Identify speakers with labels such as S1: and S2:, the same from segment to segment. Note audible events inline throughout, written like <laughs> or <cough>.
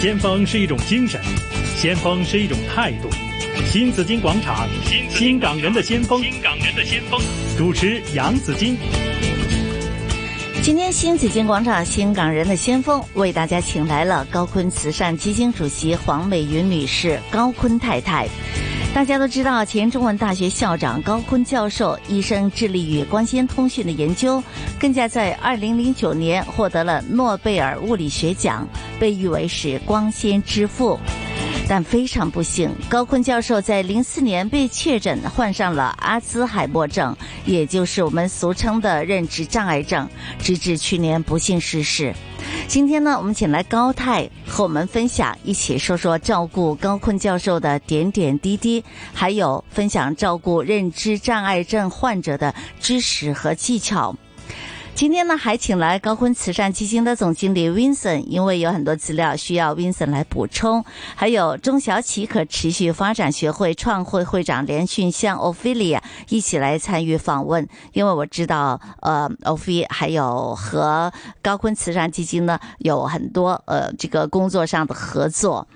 S1: 先锋是一种精神，先锋是一种态度。新紫金广场，新港人的先锋，
S2: 新港人的先锋。
S1: 主持杨紫金。
S3: 今天新紫金广场新港人的先锋为大家请来了高坤慈善基金主席黄美云女士，高坤太太。大家都知道，前中文大学校长高坤教授一生致力于光纤通讯的研究，更加在二零零九年获得了诺贝尔物理学奖，被誉为是光纤之父。但非常不幸，高坤教授在零四年被确诊患上了阿兹海默症，也就是我们俗称的认知障碍症，直至去年不幸逝世。今天呢，我们请来高泰和我们分享，一起说说照顾高坤教授的点点滴滴，还有分享照顾认知障碍症患者的知识和技巧。今天呢，还请来高坤慈善基金的总经理 Vincent，因为有很多资料需要 Vincent 来补充。还有中小企可持续发展学会创会会长连训向 Ophelia 一起来参与访问，因为我知道，呃，Ophe 还有和高坤慈善基金呢有很多呃这个工作上的合作。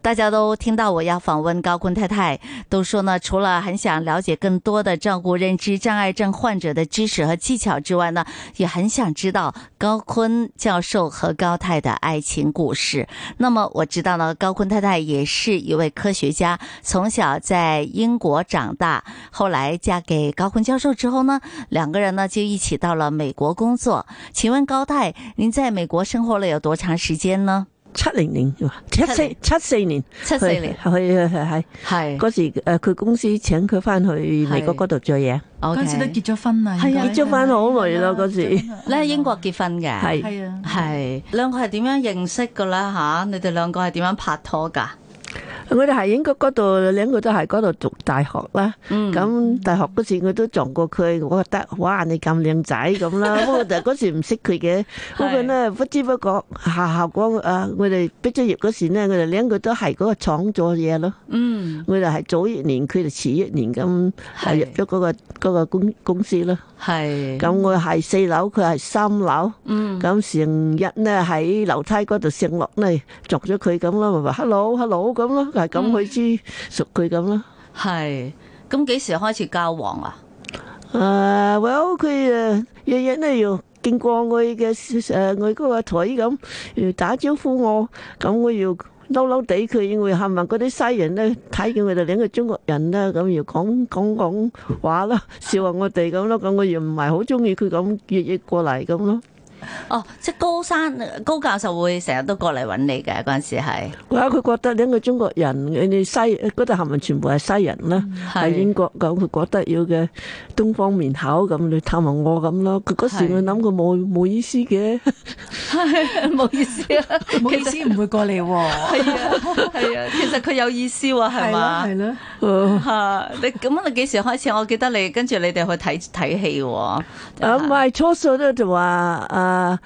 S3: 大家都听到我要访问高坤太太，都说呢，除了很想了解更多的照顾认知障碍症患者的知识和技巧之外呢，也很想知道高坤教授和高太的爱情故事。那么我知道呢，高坤太太也是一位科学家，从小在英国长大，后来嫁给高坤教授之后呢，两个人呢就一起到了美国工作。请问高太，您在美国生活了有多长时间呢？
S4: 七零年七四七四年，
S3: 七四 <laughs> 嗯年
S4: 去去係
S3: 係
S4: 嗰時誒，佢公司請佢翻去美國嗰度做嘢，
S3: ，OK
S5: 嗰陣時都結咗婚啦，
S3: 係啊
S5: 應該
S3: 結
S4: 咗婚好耐啦
S5: 係啊
S4: 嗰時
S5: 真係
S3: 你喺英國結婚嘅，
S4: 係
S5: 係啊，
S3: 係兩個係點樣認識噶啦吓？你哋兩個係點樣拍拖㗎？
S4: 我哋喺英國嗰度，兩個都喺嗰度讀大學啦。
S3: 嗯
S4: 咁大學嗰時我都撞過佢，我覺得哇你咁靚仔
S3: <laughs>
S4: 咁啦。不過就嗰時唔識佢嘅，不過呢，不知不覺下校嗰啊，我哋畢咗業嗰時呢，我哋兩個都係嗰個廠做嘢咯。
S3: 嗯，
S4: 我哋係早一年，佢哋遲一年咁啊
S3: 係
S4: 入咗嗰、個嗰、個公公司咯。
S3: 係
S4: 咁我係四樓，佢係三樓。
S3: 嗯
S4: 咁成日呢喺樓梯嗰度上落呢，撞咗佢咁咯，咪話 hello hello 咁咯，係咁佢知熟佢咁咯。
S3: 係咁幾時開始交往啊？
S4: 啊，well À, ờ, 佢誒日日呢要經過我嘅誒我嗰個台咁，要打招呼我，咁我要嬲嬲地佢，因為冚唪唥嗰啲西人呢，睇見我哋兩個中國人啦，咁要講講講話啦，笑話我哋咁咯，咁我又唔係好中意佢咁日日過嚟咁咯。
S3: 哦，即係高山高教授會成日都過嚟揾你嘅嗰陣時係
S4: 佢話佢覺得兩個中國人，你哋西嗰度係咪全部係西人啦？
S3: 嗯
S4: 喺英國咁，佢覺得要嘅東方面口咁，你探下我咁咯。佢嗰時
S3: 係
S4: 我諗佢冇冇意思嘅，
S3: <laughs> 係冇意思啊，
S5: 唔好意思唔會過嚟喎，
S3: 係啊係啊，其實佢有意思喎，係嘛
S5: 係？咯，
S3: <laughs>
S4: 呃
S3: 嚇你咁你幾時開始？我記得你跟住你哋去睇睇戲喎。
S4: 啊唔係初數咧就話啊，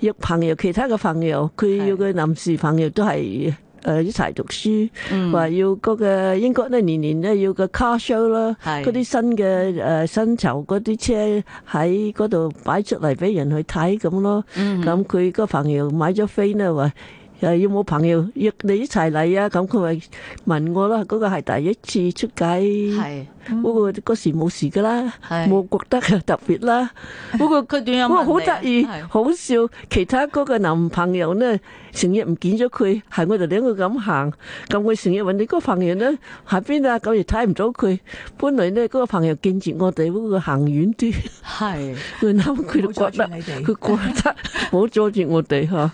S4: 約朋友其他嘅朋友，佢
S3: 係
S4: 要嘅臨時朋友都係。誒一齊讀書，
S3: 嗯
S4: 話、要嗰個英國咧年年咧要個 car show 啦，
S3: 係
S4: 嗰啲新嘅誒薪酬嗰啲車喺嗰度擺出嚟俾人去睇咁咯。
S3: Ừ.
S4: 咁佢個朋友買咗飛咧話。誒有冇朋友約你一齊嚟啊？咁佢咪問我啦，嗰、個係第一次出街，
S3: 係
S4: 不過嗰時冇事噶啦，
S3: 係
S4: 冇覺 <laughs> 得特別啦。不過
S3: 佢點樣問
S4: 哇，
S3: 你
S4: 好得意
S3: 係，
S4: 好笑。其他嗰個男朋友呢，成日唔見咗佢，係我哋兩個咁行，咁佢成日問你嗰個朋友呢喺邊啊？咁亦睇唔到佢。本來呢，嗰、個朋友見住我哋，不過行遠 <laughs> 啲，
S3: 係。
S4: <laughs> 佢諗佢就
S5: 冇阻
S4: 覺
S5: 住
S4: 得
S5: 你哋
S4: 佢覺得冇阻住我哋嚇。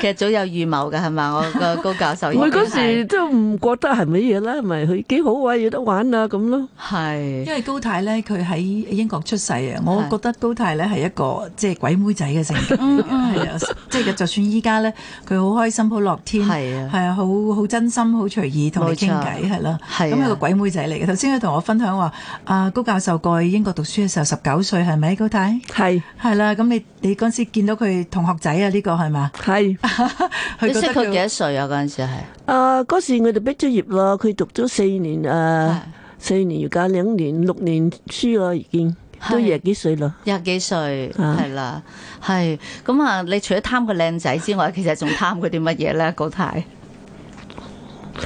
S3: 其實早有預謀嘅係嘛？我個高教授已經
S4: 我
S3: 係，
S4: 嗰時都唔覺得係乜嘢啦，咪佢幾好啊，有得玩啊咁咯。
S3: 係
S5: 因為高太咧佢喺英國出世啊，我
S3: 係嗯
S5: 覺得高太咧係一個即係鬼妹仔嘅性格嚟嘅，係啊，即係就算依家咧佢好開心好樂天，
S3: 係啊
S5: 係啊，好好真心好隨意同
S3: 冇
S5: 你
S3: 錯
S5: 傾偈係啦，
S3: 係啊
S5: 咁佢個鬼妹仔嚟嘅。頭先佢同我分享話，啊高教授過去英國讀書嘅時候十九歲係咪高太？
S4: 係
S5: 係啦，咁你你嗰陣時見到佢同學仔啊，呢個係嘛？
S4: 係。
S3: 你
S5: 佢
S3: 識
S5: 覺得
S3: 佢幾多歲啊？嗰陣時係
S4: 啊！嗰時我哋畢咗業
S3: 啊
S4: 啦，佢讀咗四年啊，四年而家兩年六年書啦已經。都
S3: 係
S4: 廿幾歲啦。
S3: 廿幾歲
S4: 啊
S3: 係啦，係咁啊！你除咗貪佢靚仔之外，其實仲貪佢啲乜嘢咧？高太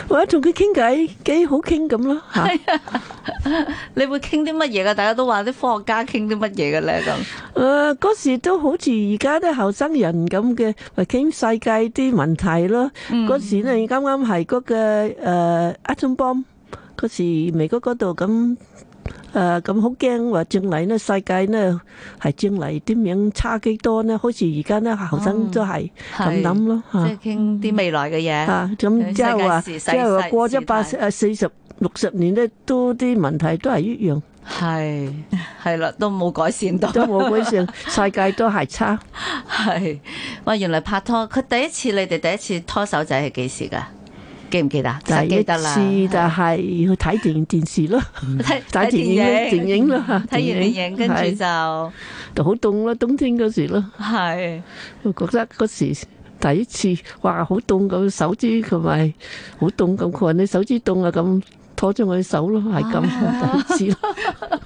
S4: 或者同佢傾偈幾好傾咁啦嚇。
S3: 你會傾啲乜嘢噶？大家都話啲科學家傾啲乜嘢嘅咧咁。
S4: 誒呃嗰、時都好似而家啲後生人咁嘅，咪傾世界啲問題咯。
S3: 嗯
S4: 嗰、時咧啱啱係嗰個誒 atom bomb 嗰時美國嗰度咁。誒咁好驚話正嚟呢世界呢係正嚟點樣差幾多呢？好似而家呢後生都係咁
S3: 嗯係
S4: 諗咯
S3: 即
S4: 嚇
S3: 係傾啲未來嘅嘢。
S4: 嚇，咁即係話
S3: 世界
S4: 即
S3: 時
S4: 係話過咗八
S3: 世
S4: 誒四十六十年呢，都啲問題都係一樣，
S3: 係係啦，都冇改善到。
S4: 都冇改善，世界都係差。
S3: 係哇，原來拍拖，佢第一次你哋第一次拖手仔係幾時㗎？記唔記得？
S4: 第
S3: 實
S4: 一
S3: 記
S4: 次
S3: 得啦。
S4: 但係去睇電電視咯，
S3: <laughs> 睇
S4: 睇
S3: 睇
S4: 電影
S3: 電
S4: 電
S3: 影，
S4: 影啦，嚇
S3: <laughs> 睇完電影跟住
S4: 係
S3: 就
S4: 就好凍啦，冬天嗰時咯，
S3: 係。
S4: 我覺得嗰時第一次，哇好凍咁，手指同埋好凍咁，佢話你手指凍啊咁。拖咗我隻
S3: <laughs>
S4: 手咯，係
S3: 啊
S4: 咁第一次咯，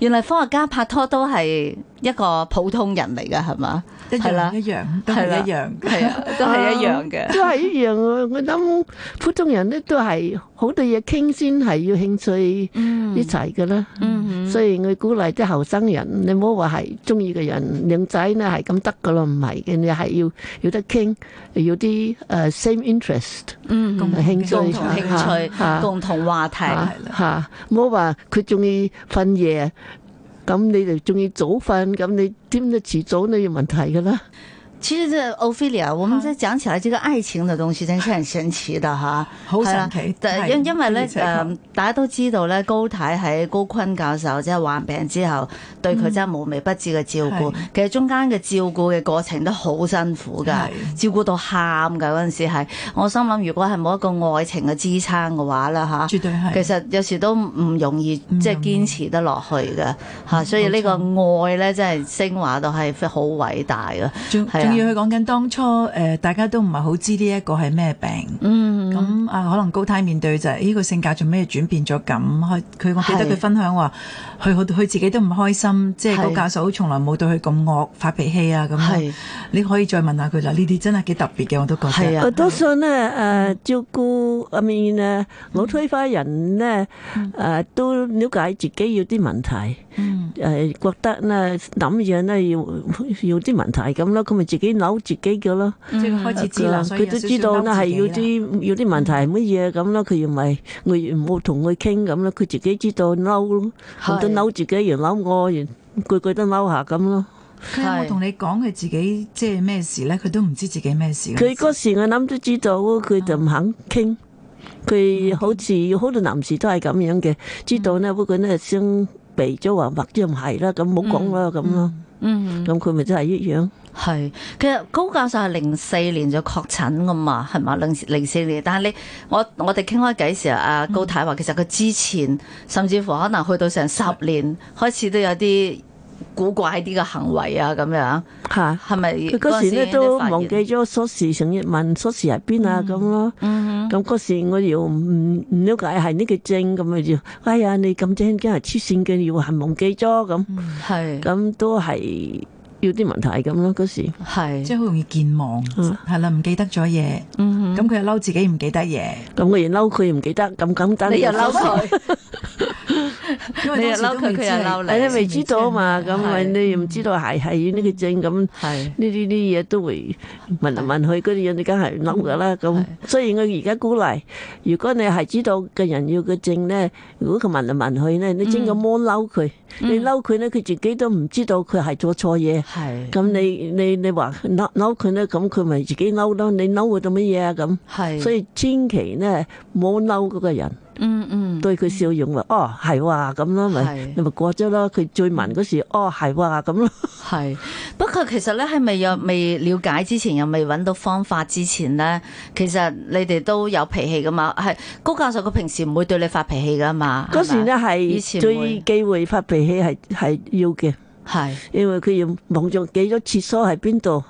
S3: 原來科學家拍拖都係一個普通人嚟㗎，係嘛？
S5: 一
S3: 係啦
S5: 樣一樣都係一樣。
S3: 係
S4: <laughs>
S3: 啊，都係一樣嘅。
S4: 都係一樣啊！我諗普通人咧都係好多嘢傾先係要興趣一齊嘅啦，
S3: 嗯
S4: 所以我鼓勵啲後生人，你唔好話係中意嘅人靚仔呢係咁得噶咯，唔係嘅，你係要要得傾，要啲誒 same interest
S3: 嗯，
S5: 共同
S4: 興趣
S3: 共同興趣
S4: 嚇、
S3: 共同話題，
S4: 嚇嚇，唔好話佢中意瞓夜，咁你就中意早瞓，咁你點都遲早都要問題噶啦。
S3: 其實這 Ophelia，我們在講起來這個愛情的東西，真是很神奇的哈，
S5: <laughs> 好神
S3: 係啦
S5: 奇
S3: 但
S5: 係
S3: 因因為咧，
S5: 的
S3: 誒、
S5: 確
S3: 大家都知道咧，高太喺高坤教授即係患病之後，對佢真係無微不至嘅照顧。
S5: 係
S3: 其實中間嘅照顧嘅過程都好辛苦㗎，
S5: 係
S3: 照顧到喊㗎嗰陣時係。我心諗，如果係冇一個愛情嘅支撐嘅話啦嚇，
S5: 絕對係
S3: 啊其實有時都唔容易
S5: 唔
S3: 即係
S5: 容易
S3: 堅持得落去嘅嚇，所以呢個愛咧真係昇華到係好偉大嘅。
S5: 仲
S3: 係啊
S5: 仲要佢講緊當初誒、呃大家都唔係好知呢一個係咩病。
S3: 嗯。
S5: 咁啊，可能高太面對就係、呢個性格做咩轉變咗咁？佢佢我記得
S3: 係
S5: 佢分享話，佢佢佢自己都唔開心，即係
S3: 係
S5: 高教授從來冇對佢咁惡發脾氣啊咁樣。
S3: 係
S5: 你可以再問下佢啦，呢啲真係幾特別嘅，我都覺得。
S3: 係啊
S4: 我多數咧誒、呃照顧入面誒老退化人咧誒、呃都了解自己要啲問題，
S5: 嗯
S4: 誒、覺呃得咧諗嘢咧要 <laughs> 要啲問題咁咯，佢咪自己扭自己嘅咯。
S3: 嗯
S5: 即係佢開始知啦，所以
S4: 佢都知道
S5: 有少
S4: 咧
S5: 少嬲
S4: 係
S5: 自己
S4: 要
S5: 啦
S4: 啲要啲問題係乜嘢咁啦，佢又咪我又冇同佢傾咁啦，佢自己知道嬲咯，咁都
S3: 係
S4: 嬲自己，又嬲我，又句句都嬲下咁咯。
S5: 佢有冇
S3: 係
S5: 同你講佢自己即係咩事咧？佢都唔知自己咩事嗰陣時。
S4: 佢嗰時我諗都知道，佢就唔肯傾。
S5: 嗯
S4: 佢好似好多男士都係咁樣嘅，知道呢，不過呢，先避咗話或者唔係啦，咁冇講啦咁咯，
S3: 嗯，
S4: 咁佢咪真係一樣。
S3: 係。其實高教授係零四年就確診噶嘛，係嘛？零零四年，但係你我我哋傾開偈時候，阿高太話其實佢之前甚至乎可能去到成十年開始都有啲古怪啲嘅行為啊，咁樣
S4: 嚇！
S3: 係咪？
S4: 佢嗰時咧
S3: 陣
S4: 都
S3: 已經發現
S4: 忘記。咗鎖匙，成日問鎖匙喺邊啊咁咯。
S3: 嗯
S4: 咁嗰時我又唔唔唔了解係呢個症咁啊，要哎呀你咁正驚係黐線嘅，要係忘記咗咁，
S3: 哼，係
S4: 咁都係要啲問題咁咯嗰時。
S5: 即
S3: 係。
S5: 係好容易健忘，
S4: 嗯
S5: 係啦，唔記得咗嘢，
S3: 嗯
S5: 咁佢又嬲自己唔記得嘢，
S4: 咁我又嬲佢唔記得，咁簡單。
S3: 你又嬲 <laughs> 佢，你
S5: 因為
S3: 又
S5: 當
S3: 嬲
S5: 時
S3: 佢
S5: 都未知
S3: 佢又嬲
S5: 係
S3: 你
S4: 你都未知道啊嘛，咁咪
S3: 係
S4: 你又唔知道係係呢個症咁。
S3: 係
S4: 呢啲啲嘢都會問嚟問去，嗰啲嘢你梗係嬲噶啦。咁所以我而家鼓勵，如果你係知道嘅人要嘅症咧，如果佢問嚟問去咧，你真咁摸嬲佢，
S3: 嗯
S4: 你嬲佢咧，佢自己都唔知道佢係做錯嘢。
S3: 係
S4: 咁你你你話嬲嬲佢咧，咁佢咪自己嬲咯？你嬲佢做乜嘢啊？咁
S3: 係，
S4: 所以千祈咧，冇嬲嗰個人。
S3: 嗯嗯
S4: 對佢笑容話：哦，係喎咁咯，咪
S3: 係
S4: 你咪過咗咯。佢最問嗰時，哦，係喎咁咯。
S3: 係，不過其實咧，喺未有未了解之前，又未揾到方法之前咧，其實你哋都有脾氣噶嘛。係高教授佢平時唔會對你發脾氣噶嘛。
S4: 嗰時咧
S3: 以
S4: 係
S3: 前
S4: 最
S3: 會
S4: 忌諱發脾氣係係要嘅，
S3: 係
S4: 因為佢要望住幾多廁所喺邊度。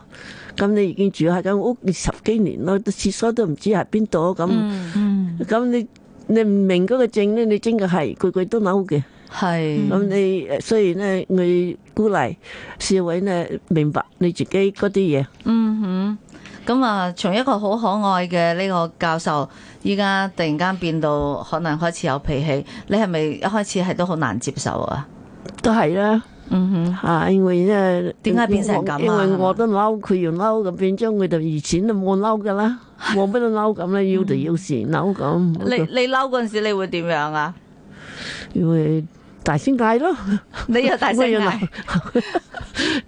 S4: 咁你已經住喺間屋十幾年咯，廁所都唔知喺邊度咁。咁、
S5: 嗯
S3: <laughs>
S4: 你你唔明嗰個症咧，你真嘅係句句都嬲嘅。
S3: 係
S4: 咁你呃誒雖然咧，我鼓勵市委咧明白你自己嗰啲嘢，
S3: 嗯哼，咁啊，從一個好可愛嘅呢個教授，依家突然間變到可能開始有脾氣，你係咪一開始係都好難接受啊？
S4: 都係啦
S3: 嗯哼，
S4: 嚇，啊因為咧
S3: 點解變成咁啊
S4: 因為我都嬲，佢又嬲，咁變咗佢就以前都冇嬲
S3: <laughs>
S4: 噶啦，冇乜都嬲咁啦，要就要時嬲
S3: 你
S4: 咁，
S3: 你嬲嗰陣時，你會點樣啊？
S4: 因為大聲嗌咯，
S3: <laughs> 你又大 <laughs> 聲
S4: 我要
S3: 嗌
S4: 鬧，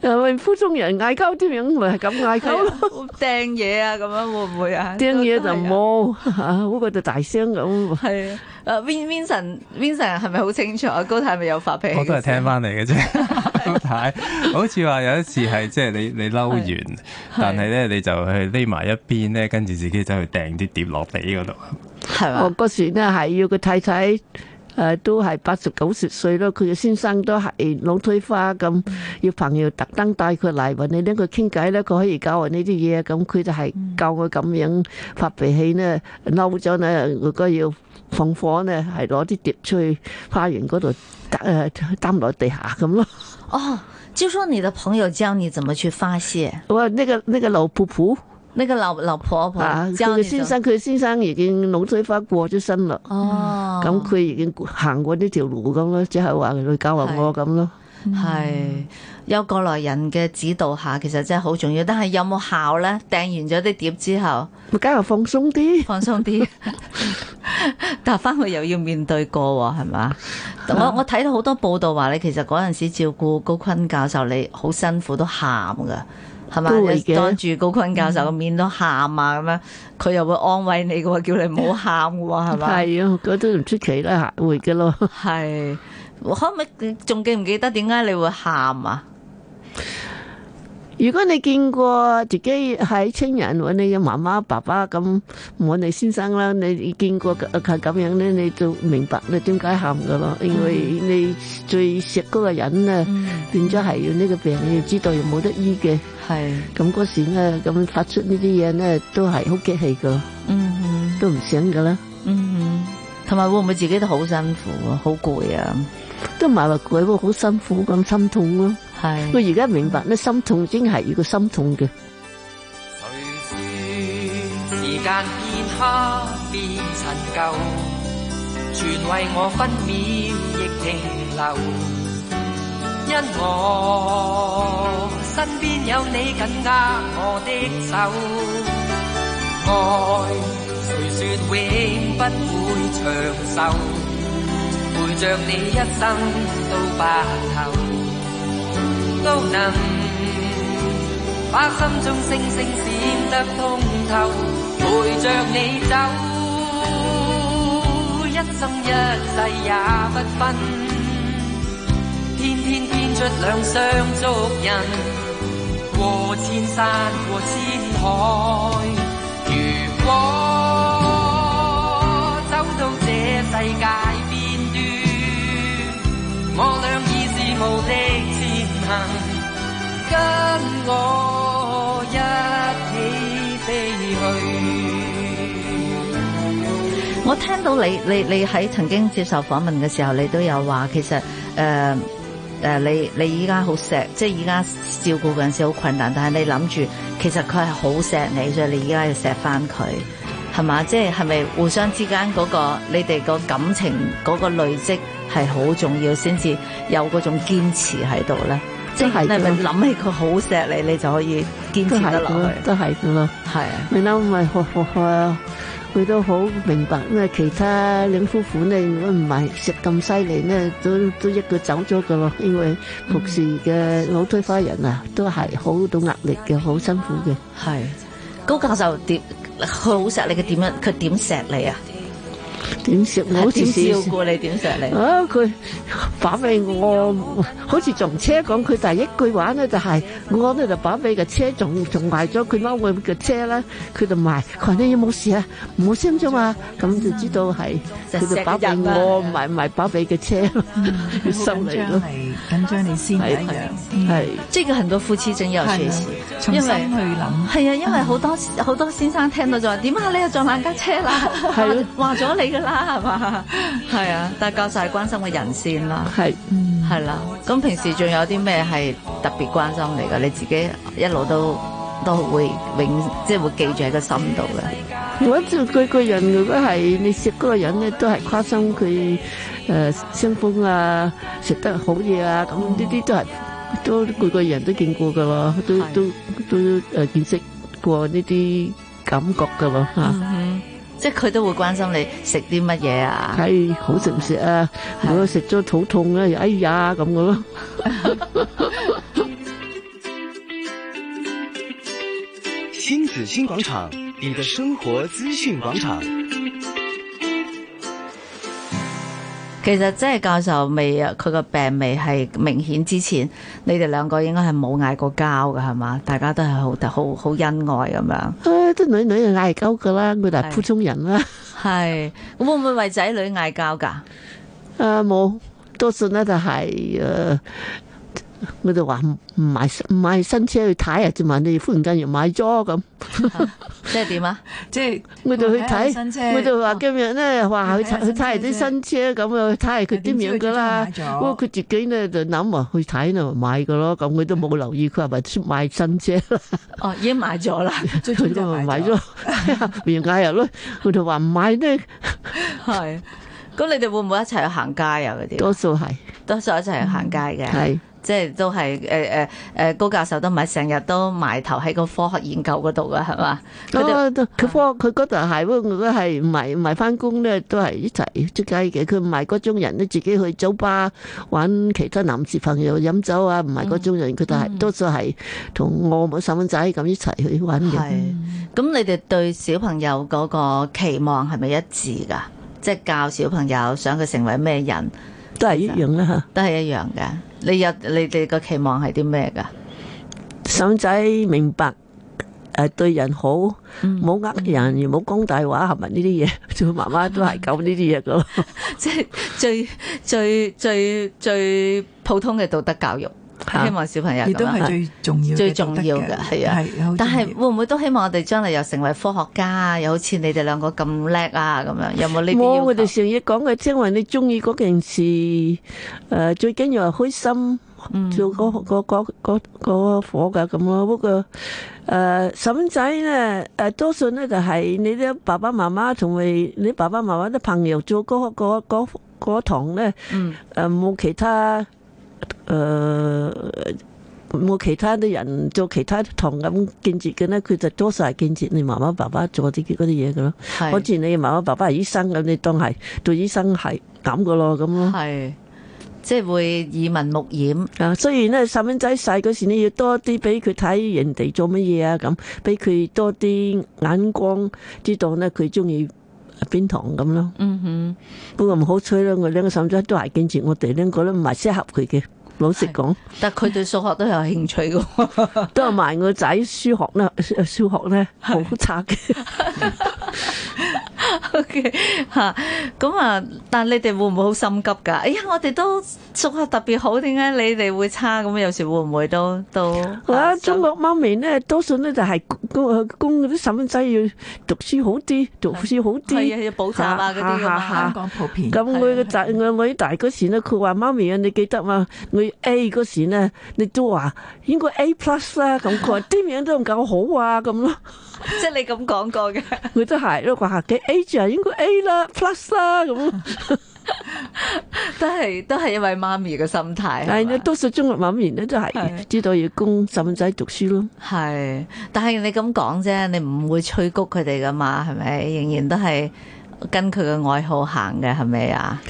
S4: 因為普通人嗌交點樣，咪係咁嗌交咯。
S3: <laughs> 掟嘢啊，咁樣會唔會啊？
S4: tiếng nghĩa
S3: 都
S4: là。mô, hú cái từ đại tiếng cũng
S3: 係啊，誒 Vin Vincent Vincent 係咪好清楚啊？高太係咪有發脾氣？
S2: 我都係聽。翻嚟
S5: <laughs>
S2: 嘅啫，高太。好似話有一次係即係
S5: <laughs>
S2: 你你嬲完，但係咧你就去匿埋一邊咧，跟住自己走去掟啲碟落地嗰度。
S3: 係
S4: Ờ,
S3: 嘛？
S4: có sự là hãy yêu cái thái thái ờ,
S3: 呃
S4: tu hãy bắt sự cấu sự suy đó cứ xin sang đó hãy lỗ thuế pha cầm yêu phẳng yêu tặc tăng tay cứ lại và nên đến cái kinh cái đó có gì cao ở nơi đi về cầm cứ hãy cao người cầm những pháp về hay nè lâu cho nè người có yêu phong phó nè hãy đó đi tiếp chơi pha những cái đồ
S3: 呃
S4: tam loại tệ hạ cầm lắm
S3: 哦，就說你的朋友教你怎麼去發洩，
S4: <laughs> 哇那個那個老婆婆
S3: 那個老老婆婆
S4: 啊
S3: 哦教
S4: 佢
S3: 你
S4: 嘅
S3: 怎
S4: 先
S3: 麼。
S4: 生佢先生已經腦退化過咗身啦。
S3: 哦，
S4: 咁佢已經行過呢條路咁咯，即係話佢教下我咁咯。
S3: 係有過來人嘅指導下，其實真係好重要。但係有冇效呢？掟完咗啲碟之後，
S4: 咪梗係放鬆啲，
S3: 放鬆 <laughs> 啲，但翻去又要面對過喎，係 <laughs> 嘛？我我睇到好多報道話你其實嗰陣時照顧高坤教授，你好辛苦都喊噶。係嘛？
S4: 都會
S3: 你
S4: 嘅
S3: 當住高坤教授個面都喊啊咁樣，佢又會安慰你嘅喎，叫你唔好喊嘅喎，係嘛？
S4: 係啊，嗰都唔出奇啦，會嘅
S3: <laughs>
S4: 咯。
S3: 係，可唔可以仲記唔記得點解你會喊啊？
S4: 如果你見過自己喺親人或者你嘅媽媽、爸爸咁，我你先生啦，你見過
S3: 嗯
S4: 係咁樣咧，你就明白你點解喊嘅咯。因為
S3: 嗯
S4: 你最錫嗰個人咧，變咗係要呢個病，你要知道又冇得醫嘅。
S3: 係，
S4: 咁嗰時咧，咁發出呢啲嘢咧，都係好激氣嘅，
S3: 嗯哼。
S4: 都唔醒嘅啦。
S3: 嗯哼，同埋會唔會自己都好辛苦啊，好攰啊？
S4: 都唔係話佢喎，好辛苦咁心痛咯。
S3: 係，
S4: 佢而家明白咧，心痛真係要個心痛嘅。
S6: 誰說時間變黑變陳舊，全為我分秒亦停留。因我身邊有你緊握我的手，愛誰說永不會長壽，陪着你一生到白頭，都能。把心中星星閃得通透，陪着你走，一生一世也不分，天天編出兩雙足印，過千山過千海。如果走到這世界邊端，我倆已是無力前行。跟我一起飛去。
S3: 我聽到你你你喺曾經接受訪問嘅時候，你都有話其實誒誒、呃呃你你依家好錫，即係依家照顧嗰陣時好困難，但係你諗住其實佢係好錫你，所以你依家要錫翻佢，係嘛？即係係咪互相之間嗰、個你哋個感情嗰個累積係好重要，先至有嗰種堅持喺度咧？即係你
S4: 都
S3: 係咪
S4: 係㗎
S3: 諗起佢好錫你，你就可以堅
S4: 都
S3: 持得
S4: 係
S3: 落去？
S4: 噶，都係噶啦。
S3: 係啊，
S4: 你諗咪學學學啊，佢都好明白咩？其他兩夫婦呢，如果唔係食咁犀利呢，都都一個走咗噶咯。因為服侍嘅老推花人啊，都係好到壓力嘅，好辛苦嘅。
S3: 係。高教授點？佢好錫你嘅點樣？佢點錫你啊？
S4: 點食我好
S3: 點
S4: 似
S3: 照顧你？點錫你？
S4: 啊！佢把俾我，好似撞車咁。佢第一句話咧就係、我咧就把俾架車撞撞埋咗，佢嬲我架車啦，佢就埋佢話你有冇事啊？冇聲啫嘛，咁就知道係
S3: 就
S4: 佢就把俾
S3: 錫人啦
S4: 我，唔係唔係把俾架車， <laughs> 要
S5: 好
S4: 收
S5: 緊
S4: 嚟
S5: 張
S4: 咯，
S5: 你，緊張你先
S4: 係
S5: 一樣，
S4: 係
S3: 即係很多夫妻真有
S5: 係
S3: 學
S5: 啊
S3: 習。
S5: 重
S3: 因
S5: 新
S3: 為
S5: 去諗。
S3: <laughs> 係啊，因為好多好多先生聽到就話點啊，你又撞爛架車啦，
S4: 係咯
S3: 話咗你噶啦啦，係嘛？係啊，但係夠晒關心嘅人先啦，
S4: 係。
S3: 係啦。咁平時仲有啲咩係特別關心嚟㗎？你自己一路都都會永即係會記住喺個心度嘅。
S4: 我做佢個人，如果係你識嗰個人咧，都係關心佢誒傷風啊，食得好嘢啊，咁呢啲都係都每個人都見過噶喎，都
S3: 係
S4: 都都誒、呃、見識過呢啲感覺噶喎嚇，
S3: 即係佢都會關心你食啲乜嘢啊？
S4: 睇、好食唔食啊？
S3: 係
S4: 如果食咗肚痛咧，又哎呀
S3: <laughs>
S4: 咁嘅咯。
S7: 新紫金广场，你的生活资讯广场。
S3: 其實即係教授未啊，佢個病未係明顯之前，你哋兩個應該係冇嗌過交㗎係嘛？大家都係好好好恩愛咁樣。
S4: 啊，啲女女就嗌交噶啦，我哋係
S3: 係
S4: 普通人啦。
S3: 係會唔會為仔女嗌交㗎？
S4: 啊冇，多數咧就係、誒、我哋話唔唔買唔買新車去睇啊，啫嘛，你忽然間又買咗咁，
S3: 即係點啊？
S5: 即係
S4: 我哋去
S5: 下
S4: 睇
S5: 新，車
S4: 我哋話今日咧話
S5: 哦
S4: 去睇去睇下啲新車咁啊，去睇下佢點樣噶啦。
S5: 點知佢真係買咗
S4: 不過佢自己咧就諗啊，去睇就買噶咯，咁佢都冇留意佢係咪出買新車啦，
S3: 哦，已經買咗 <laughs> 啦，
S5: 最早
S4: 佢
S5: 就
S4: 都咪
S5: 買
S4: 買
S5: 咗
S4: 咗， <laughs> 原嗌人咯，佢就話唔買咧，
S3: 係。咁你哋會唔會一齊去行街啊？嗰啲
S4: 多數係
S3: 多數一齊去行街嘅，
S4: 係
S3: 即係都係誒誒誒高教授都唔係成日都埋頭喺個科學研究嗰度嘅係嘛？佢哋
S4: 哦，佢科佢嗰度係，不過如果係唔係唔係翻工咧，都係一齊出街嘅。佢唔係嗰種人咧，自己去酒吧玩其他男士朋友飲酒啊，唔係
S3: 嗯
S4: 嗰種人。佢哋係多數係同我冇細蚊仔咁一齊去玩嘅。
S3: 係嗯咁，你哋對小朋友嗰個期望係咪一致㗎？即係教小朋友想佢成為咩人
S4: 都係一樣啦嚇。
S3: 都係一樣嘅。你有你哋個期望係啲咩㗎？
S4: 細蚊仔明白誒對人好，唔
S3: 嗯
S4: 好呃人，唔好講大話，係咪呢啲嘢？ <laughs> 做媽媽都係咁呢啲嘢噶。
S3: <laughs> 即係最最最最普通嘅道德教育，
S4: 嚇
S3: 希望小朋友
S5: 亦
S3: 咁
S5: 都
S3: 樣
S5: 係最重要嘅
S3: 最重
S5: 道德
S3: 要嘅，係啊
S5: 係好重要。
S3: 但係會唔會都希望我哋將來又成為科學家啊？又好似你哋兩個咁叻啊咁樣，有冇呢
S4: 冇，我
S3: 啲要求？
S4: 哋成日講嘅，即係話你中意嗰件事，誒、最緊要係開心，
S3: 嗯
S4: 做嗰嗰嗰嗰嗰火㗎咁咯。不過誒細蚊仔咧，誒、多數咧就係你啲爸爸媽媽同埋你爸爸媽媽啲朋友做嗰、嗰嗰嗰堂咧，誒、冇其他誒。冇其他啲人做其他堂咁建設嘅咧，佢就多數係建設你媽媽爸爸做啲嗰啲嘢嘅咯。
S3: 係
S4: 好似你媽媽爸爸係醫生咁，你當係做醫生係咁嘅咯，咁咯。
S3: 係即係會耳聞目染，
S4: 啊，雖然咧細蚊仔細嗰時，你要多啲俾佢睇人哋做乜嘢啊，咁俾佢多啲眼光，知道咧佢中意邊堂咁咯。
S3: 嗯哼。
S4: 不過唔好彩啦，我兩個細蚊仔都係見住我哋兩個咧，唔係適合
S3: <laughs>
S4: 佢嘅。老實講，
S3: 但佢對數學都有興趣嘅喎，
S4: 都係埋我仔書學咧，呃 <laughs> 小學咧好差嘅。
S3: OK <laughs> 嚇，咁啊，但你哋會唔會好心急㗎？哎呀，我哋都數學特別好，點解你哋會差？咁有時會唔會都都
S4: 啊，
S3: <laughs>
S4: 中國媽咪咧，多數咧就係供供嗰啲細蚊仔要讀書好啲，讀書好啲。
S3: 係啊，要補習啊嗰啲咁
S4: 嚇嚇嚇
S3: 啊
S5: 香，港普遍
S4: 咁
S3: 係
S4: 我個
S3: 啊
S4: 仔我女大嗰時咧，佢話媽咪啊，你記得嘛？我 A 嗰時咧，你都話應該 A plus 啦。咁
S3: <laughs>
S4: 佢話點樣都唔夠好啊咁咯。 <laughs>
S3: 即係你咁講過嘅。 <laughs>
S4: 佢都係咯，話嘅 A 就係應該 A 啦，plus 啦咁。
S3: 啊都係都係因為媽咪嘅心態，啊
S4: 但係
S3: 係
S4: 咧，
S3: 嘛
S4: 多數中國媽咪咧都
S3: 係
S4: 係知道要供細蚊仔讀書咯。
S3: 係，但係你咁講啫，你唔會催谷佢哋噶嘛，係咪？仍然都係跟佢嘅愛好行嘅，係咪啊？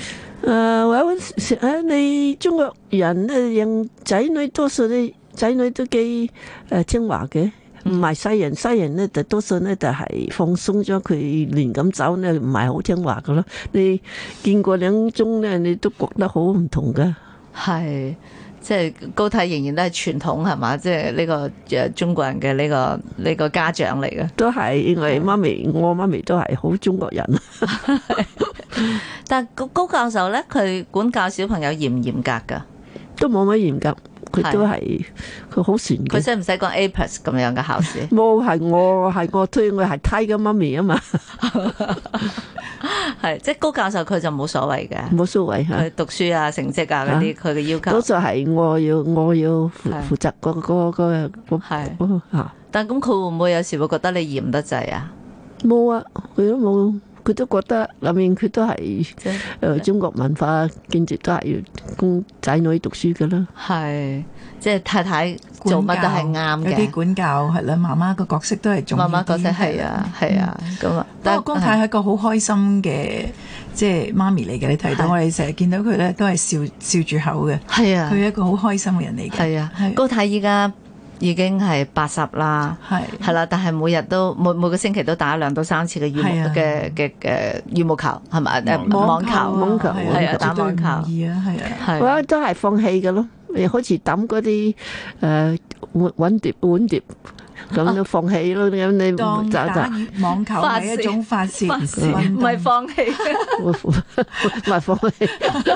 S4: 誒、或者食啊，你中國人咧養仔女多數啲仔女都幾誒聽話嘅。唔係西人，西人咧就多數咧就係放鬆咗佢亂咁走咧，唔係好聽話噶咯。你見過兩宗咧，你都覺得好唔同噶。
S3: 係，即係高太仍然都係傳統係嘛，即係呢個誒中國人嘅呢個呢個家長嚟嘅。
S4: 都係因為媽咪，我媽咪都係好中國人。
S3: 但係高高教授咧，佢管教小朋友嚴唔嚴格㗎？
S5: 嗯
S4: 都冇乜嚴格，佢都係佢好善
S3: 佢
S4: 嘅。
S3: 使唔使講 A plus 咁樣嘅考試？
S4: 冇係我係我推我係 Tiger 媽咪啊嘛，
S5: 嗯
S3: <laughs> 係即係高教授佢就冇所謂嘅，
S4: 冇所謂嚇。
S3: 佢讀書啊、成績啊嗰啲，佢嘅要
S4: 多
S3: 求。
S4: 數係我要我要
S3: 係
S4: 負負責嗰嗰嗰嗰
S3: 係
S4: 嗰嚇
S3: 但咁佢會唔會有時會覺得你嚴得滯啊？
S4: 冇啊，佢都冇，佢都覺得裏面佢都係
S3: 即係
S5: 嗯
S4: 誒中國文化建設都係要供仔女讀書噶啦。
S3: 係即係太太做乜都係啱
S5: 有啲
S3: 嘅，
S5: 管教係啦，媽媽個角色都係重
S3: 媽
S5: 要啲
S3: 媽覺得係啊係。啊咁啊。
S5: 不過光太係一個好開心嘅，即係媽咪嚟嘅。你睇到
S3: 係
S5: 我哋成日見到佢咧，都係笑笑住口嘅。
S3: 係啊
S5: 佢係一個好開心嘅人嚟嘅。
S3: 係啊
S5: 係，
S3: 高太依家已經係八十啦。
S5: 係
S3: 係啦，但係每日都每每個星期都打兩到三次嘅羽毛
S5: 係啊
S3: 嘅嘅嘅羽毛球係咪？誒網
S5: 網
S3: 球
S4: 網球
S5: 係
S3: 係啊
S5: 啊，
S3: 打網球
S5: 絕對唔易啊，係啊。
S4: 我
S3: 係
S4: 都係放棄嘅咯，又開始抌嗰啲誒碗碗碟碗碟，咁都放棄咯。咁你
S5: 當
S4: 就
S5: 打
S4: 就
S5: 網球係一種發泄，
S3: 發泄
S5: 運
S3: 唔係
S5: 動
S3: 放棄，
S4: 我 <laughs> 唔係放棄。
S3: <laughs>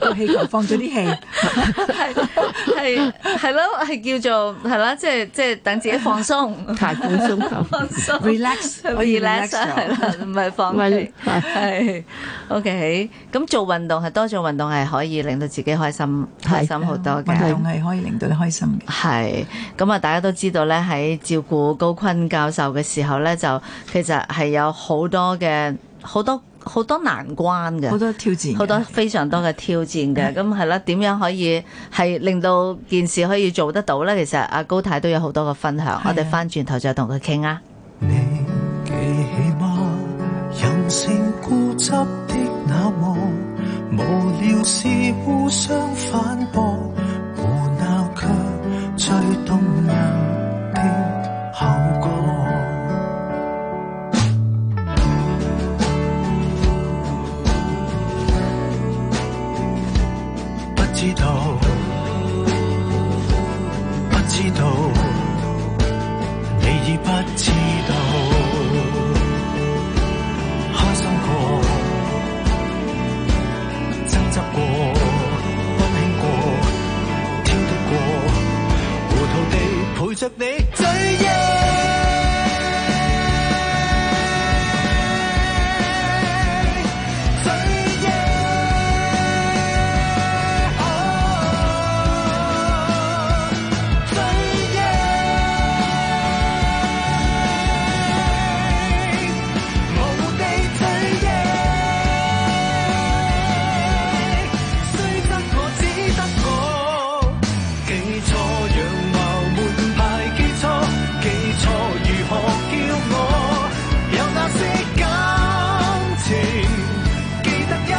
S5: 個氣球放咗啲氣，
S3: 係係係咯，係叫做係啦，即係即係等自己放鬆，
S4: 太放鬆啦
S3: <laughs> 放鬆
S5: relax 可以
S3: relax
S5: relax
S3: 啊係
S5: 咗
S3: 啦，唔係放
S4: 唔
S3: 棄
S4: 係係
S3: 係 OK。咁做運動係多做運動係可以令到自己開心開
S4: 係
S3: 心好多嘅。
S5: 運動係可以令到你開心嘅。
S3: 係，咁啊，大家都知道咧，喺照顧高坤教授嘅時候咧，就其實係有好多嘅好多好多難關嘅
S5: 好，多挑戰嘅，
S3: 好多非常多嘅挑戰嘅。咁係啦，點樣可以係令到件事可以做得到咧？其實阿高太都有好多嘅分
S5: 啊
S3: 享，我哋翻轉頭再同佢傾啊。
S8: 你記起嗎？人性固執的那麼，無聊事互相反駁，胡鬧卻最動人的後果。不知道，不知道。你已不知道，開心過，爭執過，溫馨過，挑剔過，糊塗地陪着你嘴硬。嘴硬哦嘴硬我地嘴硬，雖則我只得我，記錯樣貌門牌記錯，記錯如何叫我？有那些感情記得一